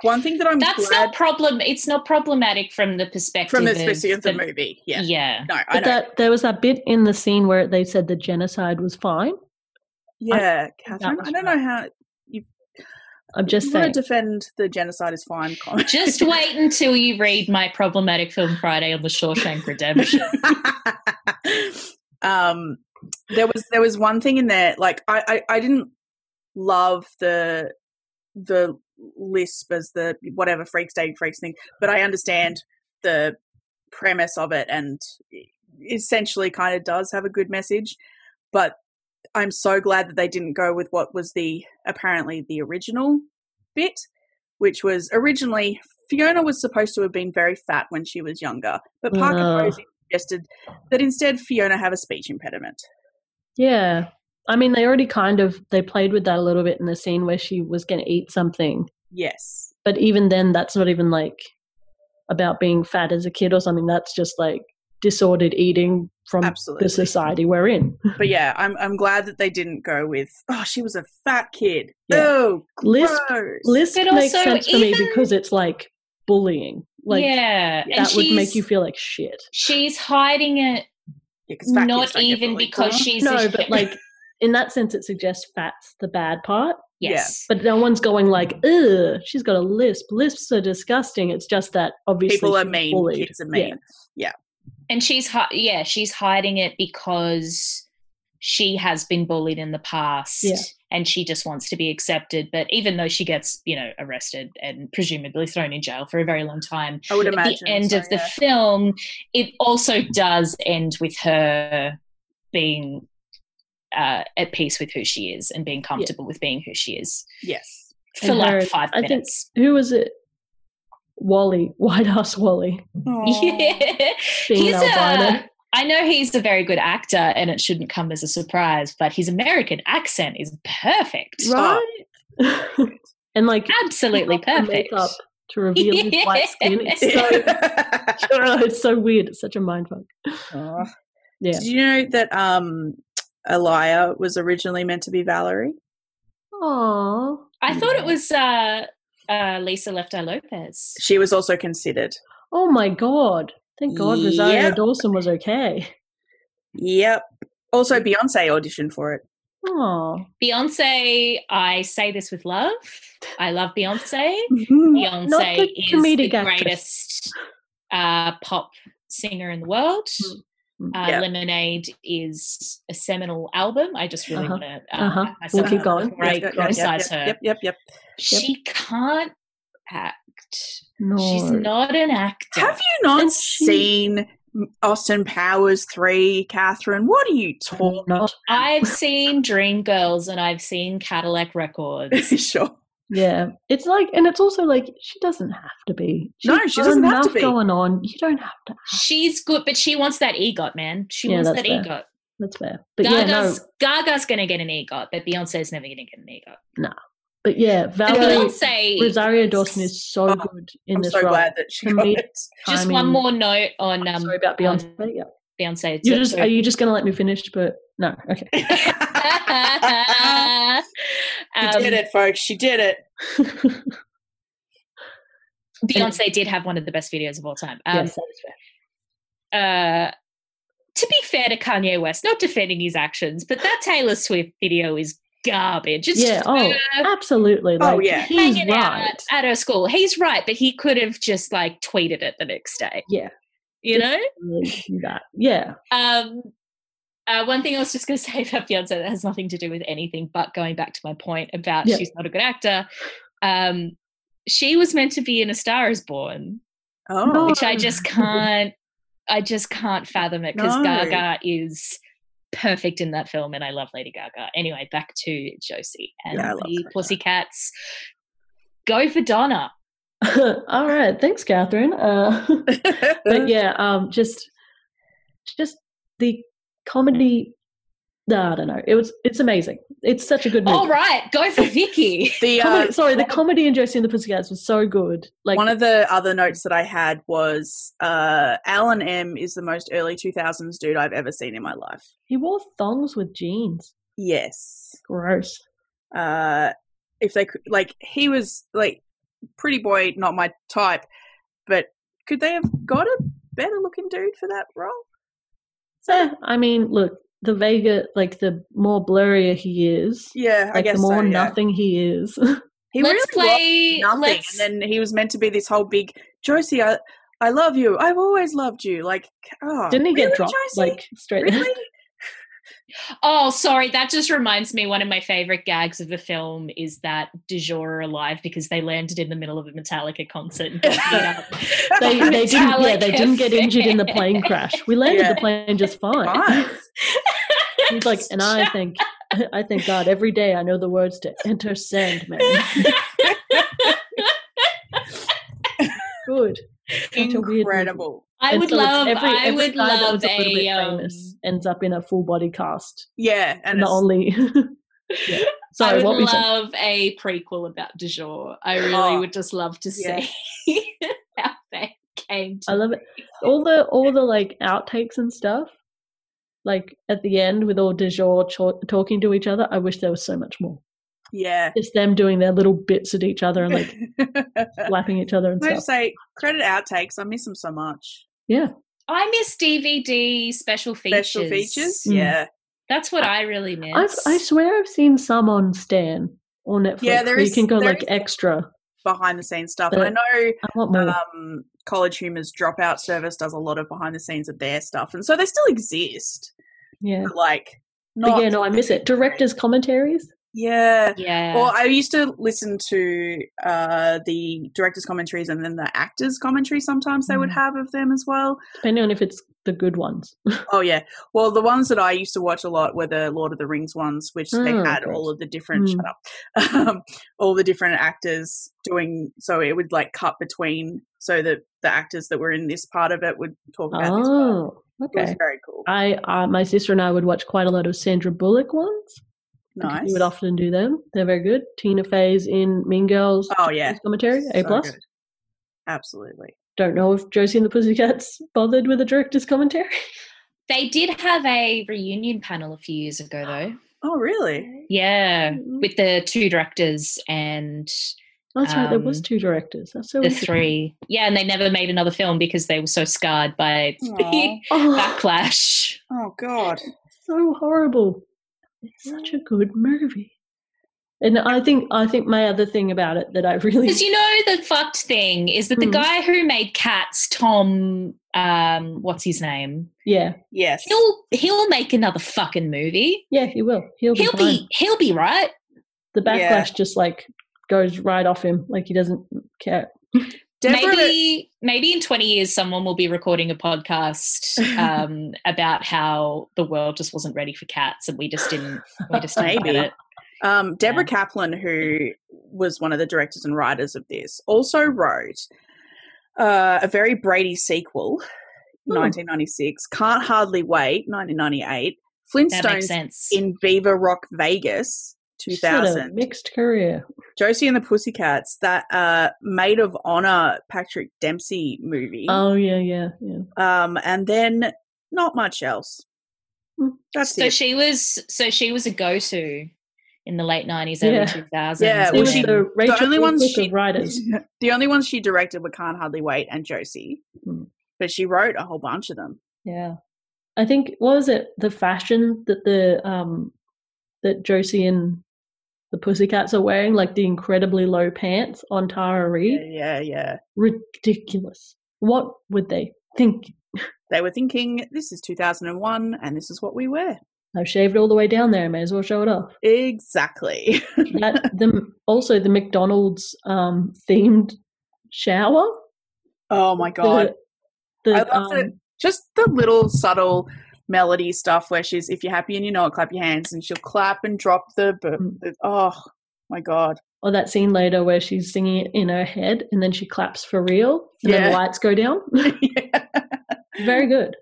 [SPEAKER 1] one thing that i'm
[SPEAKER 2] That's
[SPEAKER 1] glad
[SPEAKER 2] not problem. It's not problematic from the perspective
[SPEAKER 1] from the
[SPEAKER 2] of
[SPEAKER 1] perspective of the movie. Yeah.
[SPEAKER 2] yeah.
[SPEAKER 1] No, I
[SPEAKER 3] But
[SPEAKER 1] know.
[SPEAKER 3] that there was that bit in the scene where they said the genocide was fine.
[SPEAKER 1] yeah, Catherine.
[SPEAKER 3] was
[SPEAKER 1] I don't know how
[SPEAKER 3] I'm just
[SPEAKER 1] you want
[SPEAKER 3] saying.
[SPEAKER 1] to defend the genocide is fine
[SPEAKER 3] *laughs*
[SPEAKER 1] comment. *laughs*
[SPEAKER 2] Just wait until you read my problematic film Friday on
[SPEAKER 1] *laughs*
[SPEAKER 2] the Shawshank Redemption.
[SPEAKER 1] um, there was there was one thing in there. Like I, I, I didn't love the the lisp as the whatever freaks dating freaks thing, but I understand the premise of it and e, essentially kind of does have a good message. But I'm so glad that they didn't go with what was the apparently the original bit, which was originally Fiona was supposed to have been very fat when she was younger, but Parker
[SPEAKER 3] Oh.
[SPEAKER 1] Posey suggested that instead Fiona have a speech impediment.
[SPEAKER 3] yeah. I mean, they already kind of they played with that a little bit in the scene where she was going to eat something.
[SPEAKER 1] Yes.
[SPEAKER 3] But even then, that's not even like about being fat as a kid or something. That's just like disordered eating from
[SPEAKER 1] Absolutely.
[SPEAKER 3] the society we're in.
[SPEAKER 1] But yeah, I'm I'm glad that they didn't go with oh she was a fat kid.
[SPEAKER 3] Yeah.
[SPEAKER 1] Oh
[SPEAKER 3] Lisp-
[SPEAKER 1] gross.
[SPEAKER 3] Lisp
[SPEAKER 2] But
[SPEAKER 3] makes
[SPEAKER 2] also
[SPEAKER 3] sense for me
[SPEAKER 2] even-
[SPEAKER 3] because it's like bullying. Like
[SPEAKER 2] yeah, and
[SPEAKER 3] that would make
[SPEAKER 2] she's-
[SPEAKER 3] you feel like shit.
[SPEAKER 2] She's hiding it,
[SPEAKER 1] Yeah, 'cause fat kids
[SPEAKER 2] not
[SPEAKER 1] don't get
[SPEAKER 2] even
[SPEAKER 1] bullied.
[SPEAKER 2] because she's a
[SPEAKER 3] No,
[SPEAKER 2] shit-
[SPEAKER 3] but like in that sense, it suggests fat's the bad part.
[SPEAKER 2] *laughs* yes,
[SPEAKER 3] But no one's going like, "Ugh, she's got a lisp. Lisps are disgusting." It's just that obviously
[SPEAKER 1] people are
[SPEAKER 3] she's
[SPEAKER 1] mean.
[SPEAKER 3] bullied.
[SPEAKER 1] Kids are mean.
[SPEAKER 2] and she's hi- yeah, she's hiding it because she has been bullied in the past
[SPEAKER 3] Yeah.
[SPEAKER 2] and she just wants to be accepted but even though she gets you know arrested and presumably thrown in jail for a very long time
[SPEAKER 1] I would
[SPEAKER 2] at
[SPEAKER 1] imagine
[SPEAKER 2] the end
[SPEAKER 1] so,
[SPEAKER 2] of the
[SPEAKER 1] yeah.
[SPEAKER 2] film it also does end with her being uh, at peace with who she is and being comfortable with being who she is *laughs*
[SPEAKER 1] Yes.
[SPEAKER 2] for
[SPEAKER 3] And her-
[SPEAKER 2] like five
[SPEAKER 3] I think-
[SPEAKER 2] minutes
[SPEAKER 3] Yeah. Who was it? Wally, *laughs* white ass Wally.
[SPEAKER 2] Yeah.
[SPEAKER 3] Being
[SPEAKER 2] He's
[SPEAKER 3] an albino.
[SPEAKER 2] a, *laughs* I know he's a very good actor and it shouldn't come as a surprise, but his American accent is perfect.
[SPEAKER 3] right? *laughs* and like
[SPEAKER 2] Absolutely
[SPEAKER 3] *laughs* took off the
[SPEAKER 2] perfect.
[SPEAKER 3] makeup to reveal
[SPEAKER 2] *laughs*
[SPEAKER 3] his white skin. It's so, *laughs* it's so weird. It's such a mind fuck.
[SPEAKER 1] *laughs* Aw.
[SPEAKER 3] Yeah.
[SPEAKER 1] Did you know that um, Elia was originally meant to be Valerie?
[SPEAKER 3] Aww.
[SPEAKER 2] I thought it was uh, uh, Lisa Left Eye Lopez.
[SPEAKER 1] She was also considered.
[SPEAKER 3] Oh my god. Thank God Rosario
[SPEAKER 1] Yep.
[SPEAKER 3] Dawson was okay.
[SPEAKER 1] Yep.
[SPEAKER 2] Mm.
[SPEAKER 1] Also, Beyonce auditioned for
[SPEAKER 2] *laughs*
[SPEAKER 1] it.
[SPEAKER 3] Oh,
[SPEAKER 2] Beyonce, I say this with love. I love Beyonce. Beyonce
[SPEAKER 3] Not the
[SPEAKER 2] is
[SPEAKER 3] comedic
[SPEAKER 2] the
[SPEAKER 3] actress.
[SPEAKER 2] greatest uh, pop singer in the world.
[SPEAKER 3] Mm.
[SPEAKER 2] Uh,
[SPEAKER 1] Yeah.
[SPEAKER 2] Lemonade is a seminal album. I just really
[SPEAKER 3] Uh-huh.
[SPEAKER 2] want to uh,
[SPEAKER 3] Uh-huh.
[SPEAKER 2] pat myself
[SPEAKER 3] We'll keep
[SPEAKER 2] on
[SPEAKER 3] going.
[SPEAKER 2] the back before I criticize her.
[SPEAKER 1] Yep, yep, yep.
[SPEAKER 2] She can't act.
[SPEAKER 3] no.
[SPEAKER 2] She's not an actor.
[SPEAKER 1] Have you not
[SPEAKER 3] And she-
[SPEAKER 1] seen Austin Powers 3, Catherine? What are you talking *laughs*
[SPEAKER 3] not. *laughs*
[SPEAKER 2] I've seen Dreamgirls and I've seen Cadillac
[SPEAKER 3] *laughs*
[SPEAKER 2] Records.
[SPEAKER 1] Sure.
[SPEAKER 3] Yeah. It's like, and it's also like, she doesn't have to be.
[SPEAKER 1] No, she doesn't
[SPEAKER 3] got
[SPEAKER 1] have to
[SPEAKER 3] enough
[SPEAKER 1] be.
[SPEAKER 3] going on. You don't have to.
[SPEAKER 2] She's good, but she wants that EGOT, man. She
[SPEAKER 3] Yeah,
[SPEAKER 2] wants
[SPEAKER 3] that's
[SPEAKER 2] that
[SPEAKER 3] fair.
[SPEAKER 2] EGOT.
[SPEAKER 3] That's fair. But yeah, no.
[SPEAKER 2] Gaga's, Gaga's going to get an EGOT, but Beyonce's never going to get an EGOT.
[SPEAKER 3] But yeah,
[SPEAKER 2] And
[SPEAKER 3] Valerie
[SPEAKER 2] Beyonce,
[SPEAKER 3] Rosario Dawson is so
[SPEAKER 1] Oh,
[SPEAKER 3] good in
[SPEAKER 1] I'm
[SPEAKER 3] this
[SPEAKER 1] so
[SPEAKER 3] role.
[SPEAKER 1] glad that she
[SPEAKER 3] Can
[SPEAKER 1] got
[SPEAKER 3] we-
[SPEAKER 1] *laughs* it.
[SPEAKER 2] just
[SPEAKER 3] Timing.
[SPEAKER 2] one more note on
[SPEAKER 3] I'm
[SPEAKER 2] um,
[SPEAKER 3] sorry about
[SPEAKER 2] on
[SPEAKER 3] Beyonce. yeah.
[SPEAKER 2] Beyonce.
[SPEAKER 3] You just
[SPEAKER 2] *laughs*
[SPEAKER 3] are you just gonna let me finish? But no, okay.
[SPEAKER 1] she
[SPEAKER 2] Um,
[SPEAKER 1] did it, folks. She did it.
[SPEAKER 2] Beyonce did have one of the best videos of all time. Um,
[SPEAKER 3] yes, that is fair.
[SPEAKER 2] uh, to be fair to Kanye West, not defending his actions, but that Taylor Swift video is garbage. It's
[SPEAKER 3] Yeah,
[SPEAKER 2] just
[SPEAKER 3] oh,
[SPEAKER 2] her
[SPEAKER 3] absolutely.
[SPEAKER 1] Oh,
[SPEAKER 3] Like,
[SPEAKER 1] yeah.
[SPEAKER 3] he's
[SPEAKER 2] hanging
[SPEAKER 3] right.
[SPEAKER 2] out at her school. He's right, but he could have just like tweeted it the next day.
[SPEAKER 3] Yeah.
[SPEAKER 2] You know?
[SPEAKER 3] Really do that. Yeah, *laughs*
[SPEAKER 2] Um, uh, one thing I was just going to *laughs* say about Beyonce that has nothing to do with anything, but going back to my point about
[SPEAKER 3] Yeah.
[SPEAKER 2] she's not a good actor, um, she was meant to be in A Star Is Born,
[SPEAKER 1] Oh, *laughs*
[SPEAKER 2] which I just can't, I just can't fathom it because
[SPEAKER 1] No.
[SPEAKER 2] Gaga is perfect in that film, and I love Lady Gaga. Anyway, back to Josie and
[SPEAKER 1] Yeah, I love
[SPEAKER 2] the Pussycats. Go for Donna.
[SPEAKER 3] All right. Thanks, Catherine. Uh, *laughs*
[SPEAKER 1] *laughs*
[SPEAKER 3] but yeah, um, just just the comedy. No, I don't know. It was it's amazing. It's such a good movie.
[SPEAKER 2] All right, go for Vicky.
[SPEAKER 1] the uh,
[SPEAKER 3] Comedy- sorry, the comedy in Josie and the Pussycats was so good. Like
[SPEAKER 1] one of the other notes that I had was uh, Alan M is the most early 2000s dude I've ever seen in my life.
[SPEAKER 3] he wore thongs with jeans.
[SPEAKER 1] Yes.
[SPEAKER 3] Gross.
[SPEAKER 1] Uh, if they could, like, he was like pretty boy, not my type, but could they have got a better looking dude for that role?
[SPEAKER 3] Eh, I mean, look, the Vega, like the more blurrier he is,
[SPEAKER 1] Yeah, I
[SPEAKER 3] like
[SPEAKER 1] guess
[SPEAKER 3] the more
[SPEAKER 1] so, yeah.
[SPEAKER 3] nothing he is.
[SPEAKER 1] He
[SPEAKER 2] let's
[SPEAKER 1] really was
[SPEAKER 2] play.
[SPEAKER 1] nothing,
[SPEAKER 2] Let's
[SPEAKER 1] and then he was meant to be this whole big Josie. I, I love you. I've always loved you. Like, oh,
[SPEAKER 3] Didn't he get
[SPEAKER 1] really,
[SPEAKER 3] dropped
[SPEAKER 1] Josie?
[SPEAKER 3] like straight? *laughs*
[SPEAKER 1] really?
[SPEAKER 2] Oh, sorry. That just reminds me. One of my favorite gags of the film is that De Jure are alive because they landed in the middle of a Metallica concert.
[SPEAKER 1] *laughs*
[SPEAKER 2] And got beat up.
[SPEAKER 3] they, they didn't, yeah, they didn't get
[SPEAKER 2] Metallica
[SPEAKER 1] *laughs*
[SPEAKER 3] injured in the plane
[SPEAKER 2] fan.
[SPEAKER 3] crash. We landed
[SPEAKER 1] Yeah.
[SPEAKER 3] the plane just fine.
[SPEAKER 1] Fine.
[SPEAKER 3] *laughs* He's like, and
[SPEAKER 2] *laughs*
[SPEAKER 3] I think, *laughs* I thank God every day I know the words to
[SPEAKER 2] *laughs*
[SPEAKER 3] Enter Sandman. Good. *laughs* Such a weird movie.
[SPEAKER 1] Incredible.
[SPEAKER 2] I
[SPEAKER 3] And
[SPEAKER 2] would
[SPEAKER 3] so it's
[SPEAKER 2] love.
[SPEAKER 3] every-
[SPEAKER 2] I
[SPEAKER 3] every
[SPEAKER 2] would
[SPEAKER 3] guy that
[SPEAKER 2] love
[SPEAKER 3] was a little
[SPEAKER 2] a.
[SPEAKER 3] bit famous
[SPEAKER 2] Um,
[SPEAKER 3] ends up in a full body cast.
[SPEAKER 1] Yeah, and
[SPEAKER 3] And the
[SPEAKER 1] it's-
[SPEAKER 3] only.
[SPEAKER 2] *laughs*
[SPEAKER 3] *laughs* yeah.
[SPEAKER 2] I
[SPEAKER 3] Sorry,
[SPEAKER 2] would
[SPEAKER 3] what were you saying?
[SPEAKER 2] love a prequel about De Jure. I really
[SPEAKER 1] Oh,
[SPEAKER 2] would just love to
[SPEAKER 1] yeah.
[SPEAKER 2] see *laughs* how they came
[SPEAKER 3] I
[SPEAKER 2] to.
[SPEAKER 3] love it. All the all the like outtakes and stuff, like at the end with all de jour cho- talking to each other. I wish there was so much more.
[SPEAKER 1] yeah.
[SPEAKER 3] Just them doing their little bits at each other
[SPEAKER 2] *laughs*
[SPEAKER 3] and *laughs* like
[SPEAKER 1] *laughs* Can
[SPEAKER 3] slapping each other and
[SPEAKER 1] I
[SPEAKER 3] stuff.
[SPEAKER 1] just say credit outtakes? I miss them so much.
[SPEAKER 2] I miss DVD special features.
[SPEAKER 1] Special features,
[SPEAKER 3] Mm.
[SPEAKER 1] yeah,
[SPEAKER 2] That's what I really miss.
[SPEAKER 3] I've, I swear I've seen some on Stan or Netflix.
[SPEAKER 1] Yeah, there
[SPEAKER 3] where
[SPEAKER 1] is-
[SPEAKER 3] you can go
[SPEAKER 1] there
[SPEAKER 3] like
[SPEAKER 1] is-
[SPEAKER 3] extra.
[SPEAKER 1] behind the scenes stuff.
[SPEAKER 3] But- Oh.
[SPEAKER 1] And I
[SPEAKER 3] I want more.
[SPEAKER 1] know um, College Humor's Dropout Service does a lot of behind the scenes of their stuff, and so they still exist.
[SPEAKER 3] yeah,
[SPEAKER 1] But like,
[SPEAKER 3] but
[SPEAKER 1] not
[SPEAKER 3] yeah, no, I miss it. Directors' commentaries.
[SPEAKER 1] yeah.
[SPEAKER 2] yeah.
[SPEAKER 1] Well, I used to listen to uh, the directors' commentaries and then the actors' commentary. Sometimes they would
[SPEAKER 3] Mm.
[SPEAKER 1] have of them as well.
[SPEAKER 3] Depending on if it's the good ones.
[SPEAKER 1] Oh yeah. Well, the ones that I used to watch a lot were the Lord of the Rings ones, which they
[SPEAKER 3] Oh,
[SPEAKER 1] had
[SPEAKER 3] great.
[SPEAKER 1] all of the different
[SPEAKER 3] Mm.
[SPEAKER 1] shut up, *laughs* um, all the different actors doing. So it would like cut between, so that the actors that were in this part of it would talk about this part.
[SPEAKER 3] Oh,
[SPEAKER 1] It was
[SPEAKER 3] okay.
[SPEAKER 1] very cool.
[SPEAKER 3] I uh, my sister and I would watch quite a lot of Sandra Bullock ones.
[SPEAKER 1] nice.
[SPEAKER 3] We would often do them. They're very good. Tina Fey's in Mean Girls
[SPEAKER 1] oh yeah.
[SPEAKER 3] commentary, A
[SPEAKER 1] So
[SPEAKER 3] plus.
[SPEAKER 1] good. Absolutely.
[SPEAKER 3] Don't know if Josie and the Pussycats bothered with a director's commentary.
[SPEAKER 2] They did have a reunion panel a few years ago, though.
[SPEAKER 3] Ah.
[SPEAKER 1] Oh
[SPEAKER 3] *laughs*
[SPEAKER 1] really?
[SPEAKER 2] Yeah,
[SPEAKER 3] Mhm.
[SPEAKER 2] with the two directors and
[SPEAKER 3] That's right. There was
[SPEAKER 2] Um,
[SPEAKER 3] two directors. That's so
[SPEAKER 2] the *laughs*
[SPEAKER 3] interesting.
[SPEAKER 2] three. Yeah, and they never made another film because they were so scarred by
[SPEAKER 1] Aw.
[SPEAKER 3] Oh,
[SPEAKER 2] *laughs* backlash.
[SPEAKER 3] *laughs*
[SPEAKER 1] Oh god.
[SPEAKER 3] so horrible. It's such a good movie. And I think I think my other thing about it that I really
[SPEAKER 2] Because you know the fucked thing is that the
[SPEAKER 3] Hmm.
[SPEAKER 2] guy who made Cats, Tom, um, what's his name?
[SPEAKER 3] *laughs* yeah
[SPEAKER 1] Yes.
[SPEAKER 2] He'll he'll make another fucking movie.
[SPEAKER 3] yeah he will he'll be,
[SPEAKER 2] He'll
[SPEAKER 3] fine.
[SPEAKER 2] be he'll be right.
[SPEAKER 3] the backlash
[SPEAKER 1] Yeah.
[SPEAKER 3] just like goes right off him like he doesn't care.
[SPEAKER 1] Deborah-
[SPEAKER 2] maybe maybe in 20 years someone will be recording
[SPEAKER 1] *laughs*
[SPEAKER 2] a podcast um, about how the world just wasn't ready for cats and we just didn't we just didn't get
[SPEAKER 1] Maybe.
[SPEAKER 2] it.
[SPEAKER 1] Um, Deborah
[SPEAKER 2] Yeah.
[SPEAKER 1] Kaplan, who was one of the directors and writers of this, also wrote uh, a very Brady sequel,
[SPEAKER 3] Hmm.
[SPEAKER 1] 1996, Can't Hardly Wait, 1998,
[SPEAKER 2] That makes
[SPEAKER 1] Flintstones
[SPEAKER 2] sense.
[SPEAKER 1] in Viva Rock Vegas,
[SPEAKER 3] She's had a
[SPEAKER 1] 2000,
[SPEAKER 3] mixed career.
[SPEAKER 1] Josie and the Pussycats, that uh, Maid of Honor Patrick Dempsey movie,
[SPEAKER 3] Oh yeah yeah yeah.
[SPEAKER 1] um, and then not much else.
[SPEAKER 3] Hmm.
[SPEAKER 1] That's
[SPEAKER 2] so
[SPEAKER 1] it.
[SPEAKER 2] she was so she was a go to in the late 90s,
[SPEAKER 3] Yeah.
[SPEAKER 2] early 2000s.
[SPEAKER 1] Yeah,
[SPEAKER 3] She
[SPEAKER 1] well,
[SPEAKER 2] when-
[SPEAKER 3] was
[SPEAKER 1] she-
[SPEAKER 3] the Rachel
[SPEAKER 1] only
[SPEAKER 3] Cook
[SPEAKER 1] ones she- *laughs*
[SPEAKER 3] of writers.
[SPEAKER 1] the only ones she directed were Can't Hardly Wait and Josie,
[SPEAKER 3] Hmm.
[SPEAKER 1] but she wrote a whole bunch of them.
[SPEAKER 3] Yeah, I think what was it the fashion that the um that Josie and the Pussycats are wearing, like the incredibly low pants on Tara
[SPEAKER 1] Yeah,
[SPEAKER 3] Reid,
[SPEAKER 1] yeah, yeah.
[SPEAKER 3] ridiculous. What would they think?
[SPEAKER 1] They were thinking this is 2001 and this is what we wear.
[SPEAKER 3] I've shaved all the way down there. I may as well show it off.
[SPEAKER 1] Exactly. *laughs*
[SPEAKER 3] *laughs* That the also the McDonald's um themed shower.
[SPEAKER 1] Oh my god.
[SPEAKER 3] The, um,
[SPEAKER 1] I love it. Just the little subtle melody stuff where she's if you're happy and you know it, clap your hands and she'll clap and drop the, bu-
[SPEAKER 3] Mm.
[SPEAKER 1] the oh my god. *laughs*
[SPEAKER 3] or that scene later where she's singing it in her head and then she claps for real and then the
[SPEAKER 1] Yeah.
[SPEAKER 3] lights go down. *laughs* Very good.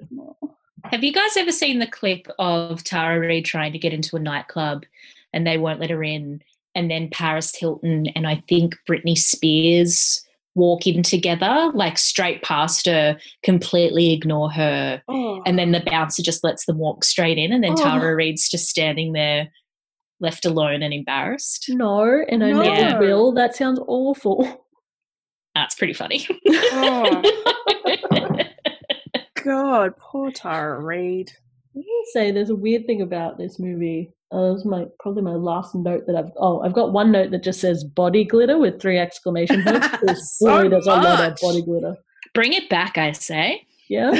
[SPEAKER 2] Have you guys ever seen the clip of Tara Reid trying to get into a nightclub and they won't let her in? And then Paris Hilton and I think Britney Spears walk in together, like straight past her, completely ignore her.
[SPEAKER 1] Oh.
[SPEAKER 2] And *laughs* then the bouncer just lets them walk straight in. And then
[SPEAKER 3] Oh.
[SPEAKER 2] Tara Reid's just standing there, left alone and embarrassed.
[SPEAKER 3] No, and I
[SPEAKER 2] No.
[SPEAKER 3] never will. That sounds awful. *laughs*
[SPEAKER 2] That's pretty funny. *laughs*
[SPEAKER 1] oh god, poor Tara Reid. *laughs*
[SPEAKER 3] I will say there's a weird thing about this movie. Uh, that was my probably my last note that I've oh I've got one note that just says body glitter with three exclamation
[SPEAKER 1] *laughs*
[SPEAKER 3] points. There's,
[SPEAKER 1] So
[SPEAKER 3] boy, there's a lot of
[SPEAKER 1] much.
[SPEAKER 3] body glitter.
[SPEAKER 2] Bring it back, I say.
[SPEAKER 3] Yeah,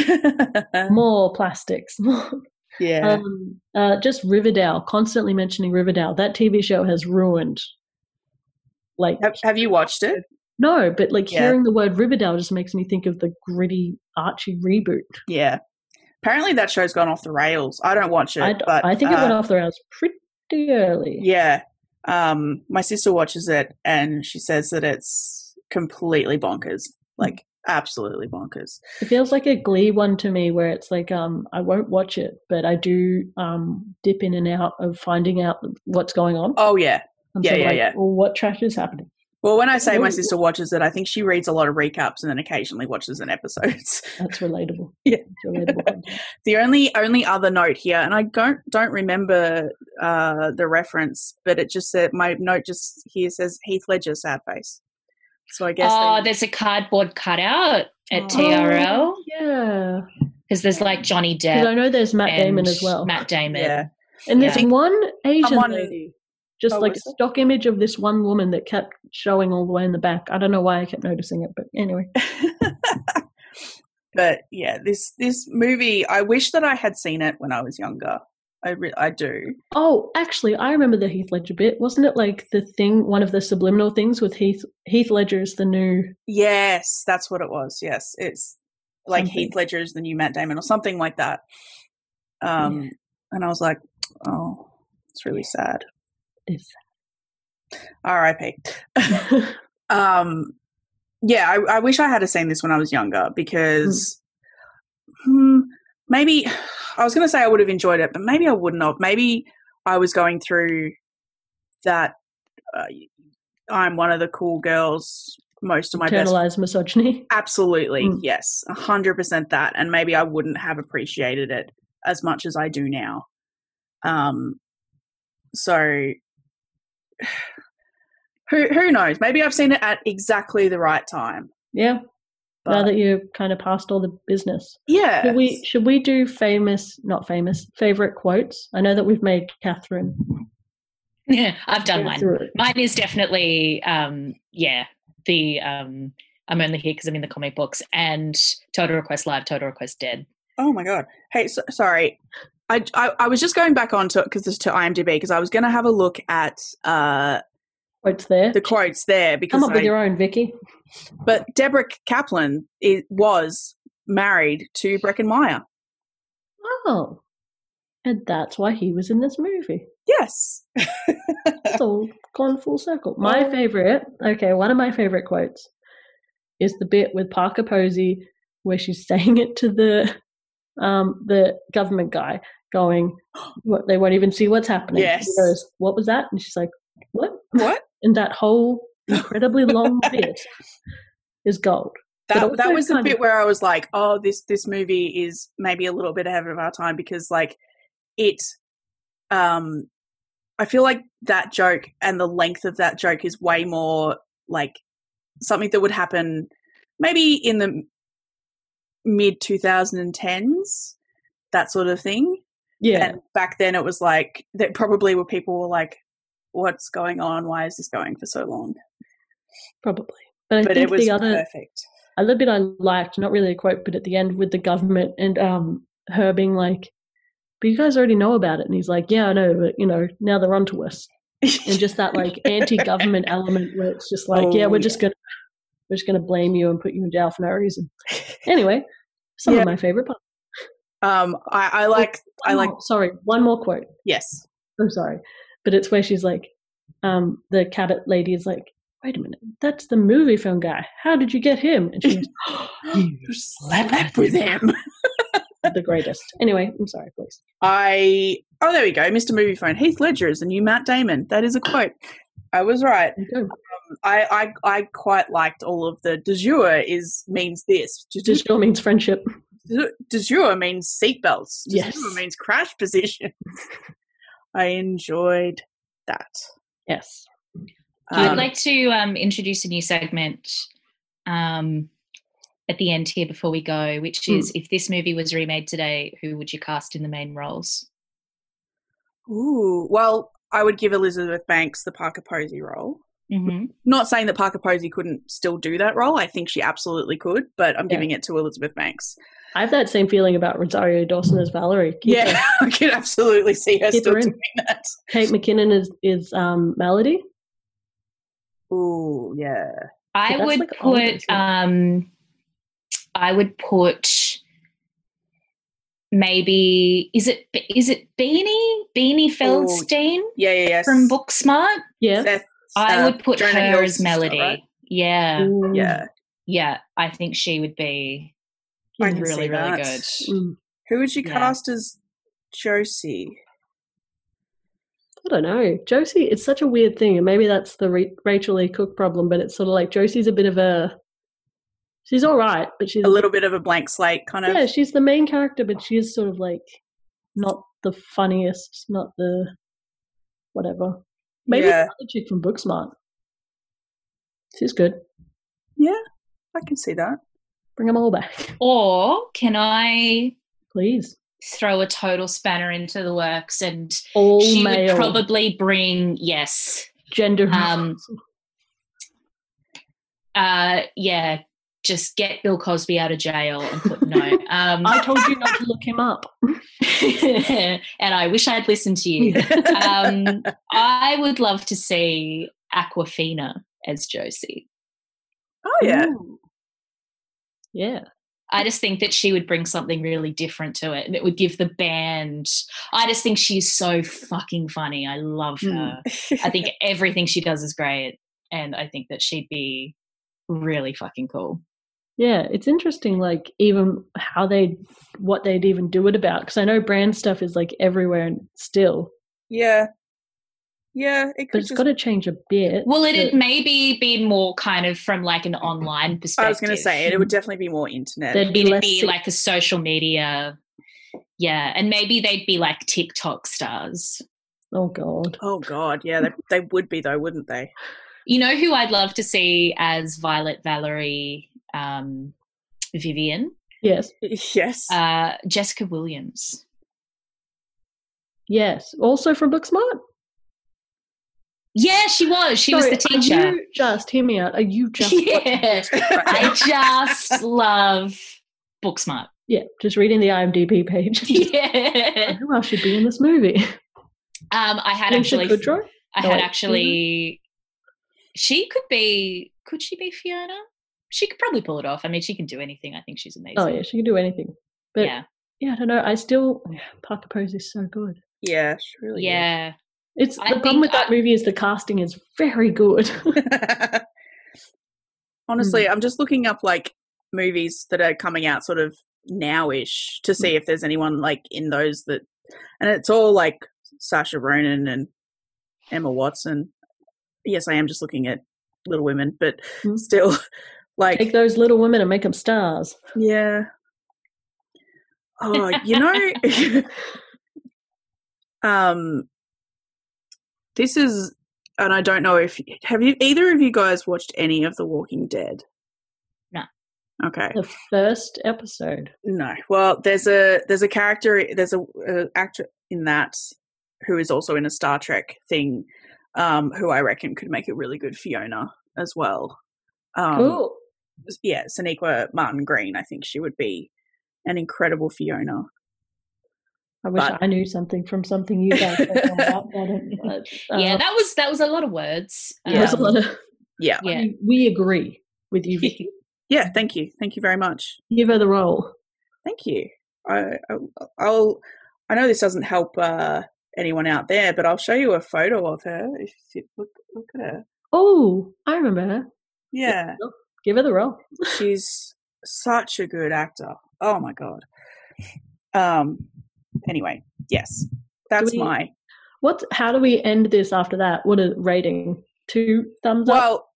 [SPEAKER 3] more plastics. *laughs*
[SPEAKER 1] yeah.
[SPEAKER 3] um, uh, just Riverdale, constantly mentioning Riverdale. That TV show has ruined. Like
[SPEAKER 1] have, have you watched it?
[SPEAKER 3] no, but like
[SPEAKER 1] Yeah.
[SPEAKER 3] hearing the word Riverdale just makes me think of the gritty Archie reboot.
[SPEAKER 1] Yeah. Apparently that show's gone off the rails. I don't watch it,
[SPEAKER 3] I,
[SPEAKER 1] but
[SPEAKER 3] I think it
[SPEAKER 1] uh,
[SPEAKER 3] went off the rails pretty early.
[SPEAKER 1] Yeah. Um, my sister watches it and she says that it's completely bonkers. Like absolutely bonkers.
[SPEAKER 3] It feels like a Glee one to me, where it's like um, I won't watch it, but I do um, dip in and out of finding out what's going on.
[SPEAKER 1] Oh yeah.
[SPEAKER 3] I'm
[SPEAKER 1] yeah,
[SPEAKER 3] sort of
[SPEAKER 1] yeah,
[SPEAKER 3] like,
[SPEAKER 1] yeah.
[SPEAKER 3] Well, what trash is happening?
[SPEAKER 1] Well, when I say my
[SPEAKER 3] Ooh.
[SPEAKER 1] sister watches it, I think she reads a lot of recaps and then occasionally watches an episode. *laughs*
[SPEAKER 3] That's relatable.
[SPEAKER 1] Yeah.
[SPEAKER 3] It's
[SPEAKER 1] *laughs*
[SPEAKER 3] relatable. content.
[SPEAKER 1] the only only other note here, and I don't don't remember uh, the reference, but it just said my note just here says Heath Ledger sad face. So I guess
[SPEAKER 2] Oh,
[SPEAKER 1] they-
[SPEAKER 2] there's a cardboard cutout at
[SPEAKER 1] Oh.
[SPEAKER 2] TRL.
[SPEAKER 3] yeah,
[SPEAKER 2] because there's like Johnny
[SPEAKER 3] because
[SPEAKER 2] Depp,
[SPEAKER 3] I know there's Matt
[SPEAKER 2] and
[SPEAKER 3] Damon as well,
[SPEAKER 2] Matt Damon.
[SPEAKER 1] yeah.
[SPEAKER 3] and there's
[SPEAKER 1] Yeah.
[SPEAKER 3] one Asian
[SPEAKER 1] Someone-
[SPEAKER 3] lady, just
[SPEAKER 1] Oh,
[SPEAKER 3] like a
[SPEAKER 1] was it?
[SPEAKER 3] stock image of this one woman that kept showing all the way in the back. I don't know why I kept noticing it, but
[SPEAKER 1] *laughs*
[SPEAKER 3] anyway,
[SPEAKER 1] but yeah, this this movie, I wish that I had seen it when I was younger. I re- I do.
[SPEAKER 3] Oh, actually, I remember the Heath Ledger bit. Wasn't it like the thing, one of the subliminal things with Heath Heath Ledger is the new?
[SPEAKER 1] Yes, that's what it was. Yes, it's like
[SPEAKER 3] Something.
[SPEAKER 1] Heath Ledger is the new Matt Damon or something like that. Um,
[SPEAKER 3] Yeah.
[SPEAKER 1] and I was like, oh, it's really sad. *laughs*
[SPEAKER 3] It's
[SPEAKER 1] R.I.P. um, yeah, I, I wish I had a seen this when I was younger because hmm, maybe I was going to say I would have enjoyed it, but maybe I wouldn't have. Maybe I was going through that. Uh, I'm one of the cool girls. Most of my best
[SPEAKER 3] internalized misogyny.
[SPEAKER 1] Absolutely,
[SPEAKER 3] Mm.
[SPEAKER 1] yes, a hundred percent that, and maybe I wouldn't have appreciated it as much as I do now. Um, so *sighs* who who knows? Maybe I've seen it at exactly the right time,
[SPEAKER 3] Yeah. now
[SPEAKER 1] but
[SPEAKER 3] that you're kind of past all the business.
[SPEAKER 1] yeah,
[SPEAKER 3] Should we should we do famous not famous favorite quotes? I know that we've made Catherine
[SPEAKER 2] *laughs* Yeah, I've done
[SPEAKER 3] go
[SPEAKER 2] mine.
[SPEAKER 3] through it.
[SPEAKER 2] Mine is definitely, um, yeah, the um, I'm only here because I'm in the comic books and Total Request Live, Total Request Dead.
[SPEAKER 1] Oh my god! Hey, so, sorry, I, I I was just going back onto because this to IMDb because I was going to have a look at uh
[SPEAKER 3] quotes there.
[SPEAKER 1] the quotes there because
[SPEAKER 3] Come up with
[SPEAKER 1] I-
[SPEAKER 3] your own, Vicky.
[SPEAKER 1] but Deborah Kaplan is, was married to Breckin Meyer.
[SPEAKER 3] Oh. And that's why he was in this movie.
[SPEAKER 1] Yes. *laughs*
[SPEAKER 3] It's all gone full circle. My favorite, okay, one of my favorite quotes is the bit with Parker Posey where she's *laughs* saying it to the um the government guy going *gasps* what they won't even see what's happening.
[SPEAKER 1] Yes.
[SPEAKER 3] He goes, "What was that?" and she's like, "What?"
[SPEAKER 1] What?
[SPEAKER 3] And
[SPEAKER 1] *laughs*
[SPEAKER 3] that whole incredibly long bit is gold. *laughs* But
[SPEAKER 1] That
[SPEAKER 3] also
[SPEAKER 1] that was the
[SPEAKER 3] kind
[SPEAKER 1] bit
[SPEAKER 3] of-
[SPEAKER 1] where I was like, oh, this this movie is maybe a little bit ahead of our time because like it um I feel like that joke and the length of that joke is way more like something that would happen maybe in the mid 2010s that sort of thing
[SPEAKER 3] Yeah.
[SPEAKER 1] and back then it was like that probably were people were like what's going on why is this going for so long
[SPEAKER 3] Probably. But I
[SPEAKER 1] but
[SPEAKER 3] think
[SPEAKER 1] it was
[SPEAKER 3] the other *laughs*
[SPEAKER 1] perfect
[SPEAKER 3] a little bit I liked, not really a quote, but at the end with the government and um her being like, But you guys already know about it and he's like, Yeah, I know, but you know, now they're onto us. And just
[SPEAKER 1] *laughs*
[SPEAKER 3] that like anti government element where it's just like,
[SPEAKER 1] Oh,
[SPEAKER 3] Yeah, we're
[SPEAKER 1] yeah.
[SPEAKER 3] just gonna we're just gonna blame you and put you in jail for no reason. Anyway, some
[SPEAKER 1] Yeah.
[SPEAKER 3] of my favorite parts.
[SPEAKER 1] Um, I, I like, I like,
[SPEAKER 3] Oh, sorry, one more quote.
[SPEAKER 1] yes, *gasps*
[SPEAKER 3] I'm sorry, but it's where she's like, um, the Cabot lady is like, wait a minute, that's the movie film guy. How did you get him?
[SPEAKER 1] *laughs*
[SPEAKER 3] And she's
[SPEAKER 1] you slept with him. *laughs*
[SPEAKER 3] the greatest. Anyway, I'm sorry, please.
[SPEAKER 1] I, oh, there we go, Mr. Movie Phone. Heath Ledger is the new Matt Damon. That is a quote. I was right.
[SPEAKER 3] You go.
[SPEAKER 1] I, I, I quite liked all of the de jour is means this. De,
[SPEAKER 3] Just sure means friendship.
[SPEAKER 1] de, de jour means seatbelts. De
[SPEAKER 3] Yes.
[SPEAKER 1] jour means crash position. *laughs* I enjoyed that.
[SPEAKER 3] Yes.
[SPEAKER 2] I'd
[SPEAKER 1] Um,
[SPEAKER 2] like to um, introduce a new segment um, at the end here before we go, which
[SPEAKER 3] Hmm.
[SPEAKER 2] is if this movie was remade today, who would you cast in the main roles?
[SPEAKER 1] ooh, well, I would give Elizabeth Banks the Parker Posey role.
[SPEAKER 3] Hmm.
[SPEAKER 2] Mm-hmm.
[SPEAKER 1] not saying that Parker Posey couldn't still do that role. I think she absolutely could, but I'm
[SPEAKER 3] Yeah.
[SPEAKER 1] giving it to Elizabeth Banks.
[SPEAKER 3] I have that same feeling about Rosario Dawson as Valerie. Keep
[SPEAKER 1] yeah, *laughs* I could absolutely see her
[SPEAKER 3] Keep
[SPEAKER 1] still
[SPEAKER 3] her in.
[SPEAKER 1] doing that.
[SPEAKER 3] her- Kate McKinnon is, is um, Melody.
[SPEAKER 1] Ooh, yeah.
[SPEAKER 2] I
[SPEAKER 3] that's
[SPEAKER 2] would
[SPEAKER 3] like all
[SPEAKER 2] put,
[SPEAKER 3] those ones.
[SPEAKER 2] um, I would put maybe is it is it Beanie Beanie
[SPEAKER 3] Oh,
[SPEAKER 2] Feldstein
[SPEAKER 1] Yeah, yeah, yes.
[SPEAKER 2] from Booksmart?
[SPEAKER 3] Yeah.
[SPEAKER 1] Seth,
[SPEAKER 2] I
[SPEAKER 1] uh,
[SPEAKER 2] would put
[SPEAKER 1] Jonah
[SPEAKER 2] her
[SPEAKER 1] Hill's
[SPEAKER 2] as
[SPEAKER 1] sister,
[SPEAKER 2] Melody.
[SPEAKER 1] right?
[SPEAKER 2] Yeah,
[SPEAKER 3] Mm.
[SPEAKER 1] Yeah.
[SPEAKER 2] yeah. I think she would be
[SPEAKER 1] I can see
[SPEAKER 2] really, really
[SPEAKER 1] that.
[SPEAKER 2] good.
[SPEAKER 3] Mm.
[SPEAKER 1] Who would you
[SPEAKER 2] Yeah.
[SPEAKER 1] cast as Josie?
[SPEAKER 3] I don't know. Josie, it's such a weird thing. And maybe that's the Re- Rachel E. Cook problem, but it's sort of like Josie's a bit of a. She's all right, but she's
[SPEAKER 1] A little bit of a blank slate kind of.
[SPEAKER 3] yeah, she's the main character, but she is sort of like not the funniest, not the whatever. Maybe
[SPEAKER 1] Yeah.
[SPEAKER 3] the other chick from Booksmart. She's good.
[SPEAKER 1] I can see that.
[SPEAKER 3] Bring them all back, *laughs*
[SPEAKER 2] Or can I
[SPEAKER 3] please.
[SPEAKER 2] throw a total spanner into the works and
[SPEAKER 3] All
[SPEAKER 2] she
[SPEAKER 3] male,
[SPEAKER 2] would probably bring yes
[SPEAKER 3] gender.
[SPEAKER 2] um, uh yeah just get bill cosby out of jail and put
[SPEAKER 3] *laughs*
[SPEAKER 2] no um
[SPEAKER 3] I told you not to look
[SPEAKER 2] *laughs*
[SPEAKER 3] him up.
[SPEAKER 2] and i wish i'd listened
[SPEAKER 1] *laughs*
[SPEAKER 2] to you *laughs* um i would love to see aquafina as josie
[SPEAKER 1] oh, yeah.
[SPEAKER 3] Ooh. Yeah.
[SPEAKER 2] I just think that she would bring something really different to it and it would give the band. I just think she's so fucking funny. I love
[SPEAKER 1] Hmm.
[SPEAKER 2] her. I think everything she does is great. And I think that she'd be really fucking cool.
[SPEAKER 3] Yeah, it's interesting, like even how they, what they'd even do it about, because I know brand stuff is like everywhere and still,
[SPEAKER 1] *laughs* yeah. Yeah, it
[SPEAKER 3] but
[SPEAKER 1] could
[SPEAKER 3] it's
[SPEAKER 1] just
[SPEAKER 3] got to change a bit.
[SPEAKER 2] Well, it
[SPEAKER 3] but
[SPEAKER 2] had maybe been more kind of from like an online
[SPEAKER 1] *laughs*
[SPEAKER 2] perspective.
[SPEAKER 1] I was going to say it, it would definitely be more internet.
[SPEAKER 3] there'd be
[SPEAKER 2] it'd
[SPEAKER 3] less.
[SPEAKER 2] be
[SPEAKER 3] sig-
[SPEAKER 2] like a social media. Yeah, and maybe they'd be like TikTok stars.
[SPEAKER 3] oh god,
[SPEAKER 1] oh god, yeah, they, they would be though, wouldn't they? *laughs*
[SPEAKER 2] You know who I'd love to see as Violet Valerie um, Vivian?
[SPEAKER 3] yes,
[SPEAKER 1] Yes.
[SPEAKER 2] Uh, Jessica Williams.
[SPEAKER 3] yes. Also from Booksmart.
[SPEAKER 2] Yeah, she was. She was
[SPEAKER 3] Sorry,
[SPEAKER 2] the teacher. *laughs*
[SPEAKER 3] Are you just hear me out. Are you just? watching
[SPEAKER 2] yeah. *laughs*
[SPEAKER 3] this right now?
[SPEAKER 2] I just love Booksmart. *laughs*
[SPEAKER 3] yeah, just reading the IMDb page. *laughs*
[SPEAKER 2] Yeah.
[SPEAKER 3] Who else should be in this movie?
[SPEAKER 2] Um, I had
[SPEAKER 3] Alicia
[SPEAKER 2] actually
[SPEAKER 3] Kudrow.
[SPEAKER 2] I
[SPEAKER 3] Oh,
[SPEAKER 2] had
[SPEAKER 3] wait.
[SPEAKER 2] actually.
[SPEAKER 3] mm-hmm.
[SPEAKER 2] She could be. Could she be Fiona? She could probably pull it off. I mean, she can do anything. I think she's amazing.
[SPEAKER 3] Oh yeah, she can do anything. But yeah,
[SPEAKER 2] yeah,
[SPEAKER 3] I don't know. I still Parker Posey is so good.
[SPEAKER 1] yeah, surely.
[SPEAKER 2] yeah.
[SPEAKER 3] It's
[SPEAKER 2] I
[SPEAKER 3] the problem
[SPEAKER 2] think
[SPEAKER 3] with that
[SPEAKER 2] I-
[SPEAKER 3] movie is the casting is very good. *laughs*
[SPEAKER 1] *laughs* Honestly, I'm just looking up like movies that are coming out sort of now-ish to see if there's anyone like in those that, and it's all like Sasha Ronan and Emma Watson. Yes, I am just looking at Little Women, but
[SPEAKER 3] Mm.
[SPEAKER 1] still, *laughs* like,
[SPEAKER 3] Take those little women and make them stars.
[SPEAKER 1] yeah. Oh, you know, *laughs* um, this is, and I don't know if have you either of you guys watched any of The Walking Dead.
[SPEAKER 2] No.
[SPEAKER 1] Okay.
[SPEAKER 3] The first episode.
[SPEAKER 1] No. Well, there's a there's a character there's a, a actor in that who is also in a Star Trek thing, um, who I reckon could make a really good Fiona as well. Um,
[SPEAKER 3] Cool.
[SPEAKER 1] yeah, Sonequa Martin Green. I think she would be an incredible Fiona.
[SPEAKER 3] I wish
[SPEAKER 1] but-
[SPEAKER 3] I knew something from something you guys said about that. Uh,
[SPEAKER 2] *laughs* yeah, that was that was a lot of words. Um,
[SPEAKER 1] Yeah.
[SPEAKER 3] there's a lot of-
[SPEAKER 1] Yeah,
[SPEAKER 2] yeah.
[SPEAKER 3] we- we agree with you. Vicky.
[SPEAKER 1] yeah. Thank you, thank you very much.
[SPEAKER 3] Give her the role.
[SPEAKER 1] Thank you. I, I I'll. I know this doesn't help uh, anyone out there, but I'll show you a photo of her. If you look, look at her.
[SPEAKER 3] Oh, I remember her.
[SPEAKER 1] Yeah,
[SPEAKER 3] Give her the role.
[SPEAKER 1] she's such a good actor. Oh my god. Um. Anyway, yes, that's
[SPEAKER 3] we-
[SPEAKER 1] my
[SPEAKER 3] What? How do we end this after that? What a rating. Two thumbs up.
[SPEAKER 1] Well,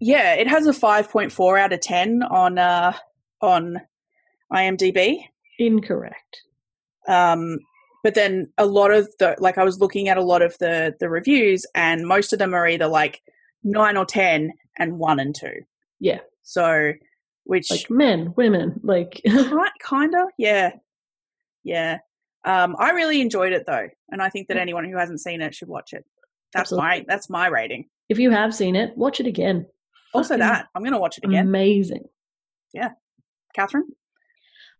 [SPEAKER 1] yeah, it has a 5.4 out of 10 on uh, on IMDb.
[SPEAKER 3] Incorrect.
[SPEAKER 1] Um, but then a lot of the like I was looking at a lot of the the reviews, and most of them are either like nine or ten, and one and two.
[SPEAKER 3] Yeah.
[SPEAKER 1] So, which
[SPEAKER 3] Like men, women, like
[SPEAKER 1] *laughs* kind of yeah, yeah. Um, I really enjoyed it though, and I think that anyone who hasn't seen it should watch it. That's my
[SPEAKER 3] Absolutely.
[SPEAKER 1] that's my rating.
[SPEAKER 3] if you have seen it, watch it again.
[SPEAKER 1] Also,
[SPEAKER 3] Fucking
[SPEAKER 1] that I'm gonna watch it again,
[SPEAKER 3] Amazing. mm-hmm.
[SPEAKER 1] Catherine.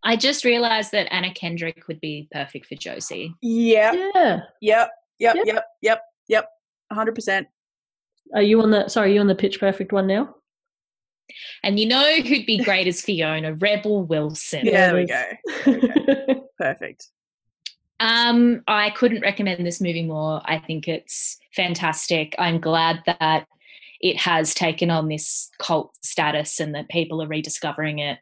[SPEAKER 2] I just realized that Anna Kendrick would be perfect for Josie.
[SPEAKER 1] Yeah,
[SPEAKER 3] Yeah.
[SPEAKER 1] Yep, yep,
[SPEAKER 3] Yep.
[SPEAKER 1] yep, yep, yep. hundred percent.
[SPEAKER 3] Are you on the? Sorry, are you on the Pitch Perfect one now?
[SPEAKER 2] And you know who'd be great as Fiona? Rebel Wilson.
[SPEAKER 1] Yeah, there we go.
[SPEAKER 3] Yes.
[SPEAKER 1] Perfect.
[SPEAKER 2] Um, I couldn't recommend this movie more. I think it's fantastic. I'm glad that it has taken on this cult status and that people are rediscovering it.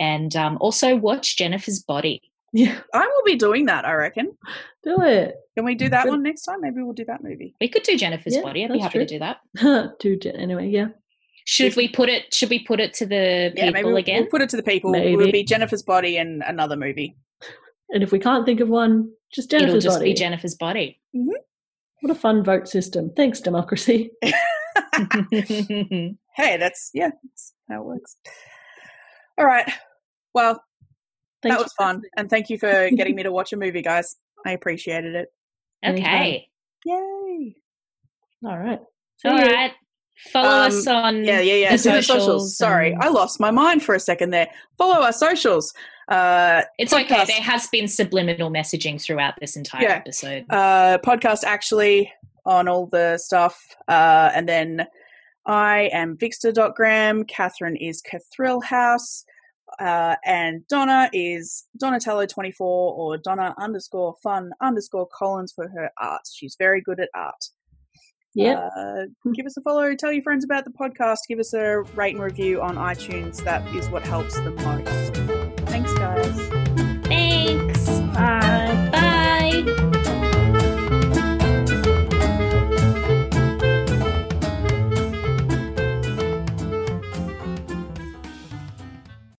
[SPEAKER 2] And um, also watch Jennifer's Body.
[SPEAKER 3] *laughs* yeah.
[SPEAKER 1] I will be doing that. I reckon.
[SPEAKER 3] Do it.
[SPEAKER 1] Can we do that
[SPEAKER 3] Good.
[SPEAKER 1] one next time? Maybe we'll do that movie.
[SPEAKER 2] We could do Jennifer's
[SPEAKER 3] Yeah,
[SPEAKER 2] Body. I'd be
[SPEAKER 3] that's
[SPEAKER 2] happy
[SPEAKER 3] true.
[SPEAKER 2] to do that.
[SPEAKER 3] Do it anyway. Yeah.
[SPEAKER 2] Should we put it? Should we put it to the
[SPEAKER 1] Yeah, maybe
[SPEAKER 2] people
[SPEAKER 1] we'll,
[SPEAKER 2] again?
[SPEAKER 1] we'll put it to the people. It
[SPEAKER 3] Maybe.
[SPEAKER 1] would be Jennifer's body and another movie. *laughs*
[SPEAKER 3] And if we can't think of one, just
[SPEAKER 2] It'll
[SPEAKER 3] Jennifer's
[SPEAKER 2] just
[SPEAKER 3] body.
[SPEAKER 2] be Jennifer's
[SPEAKER 1] *laughs*
[SPEAKER 2] Body. *laughs*
[SPEAKER 3] what a fun vote system. Thanks, democracy.
[SPEAKER 2] Mm-hmm.
[SPEAKER 1] Hey, that's yeah, that's how it works. All right. Well,
[SPEAKER 3] Thanks
[SPEAKER 1] that was
[SPEAKER 3] for
[SPEAKER 1] fun, and thank you
[SPEAKER 2] *laughs*
[SPEAKER 1] for getting me to watch a movie, guys. I appreciated it.
[SPEAKER 2] okay.
[SPEAKER 1] Yay!
[SPEAKER 3] listening. All right. See
[SPEAKER 2] All
[SPEAKER 3] you.
[SPEAKER 2] right. Follow
[SPEAKER 1] Um,
[SPEAKER 2] us on.
[SPEAKER 1] Yeah, yeah, yeah.
[SPEAKER 2] The
[SPEAKER 1] So the socials.
[SPEAKER 2] socials
[SPEAKER 1] Sorry,
[SPEAKER 2] and-
[SPEAKER 1] I lost my mind for a second there. Follow our socials. Uh,
[SPEAKER 2] It's okay.
[SPEAKER 1] podcast.
[SPEAKER 2] There has been subliminal messaging throughout this entire
[SPEAKER 1] Yeah.
[SPEAKER 2] episode.
[SPEAKER 1] uh, podcast actually on all the stuff. Uh, and then I am Vixter.gram. Catherine is Cathrillhouse. uh, and Donna is Donatello24 or Donna underscore fun underscore Collins for her art. She's very good at art.
[SPEAKER 3] Yeah.
[SPEAKER 1] Uh, give us a follow. Tell your friends about the podcast. Give us a rate and review on iTunes. That is what helps the most.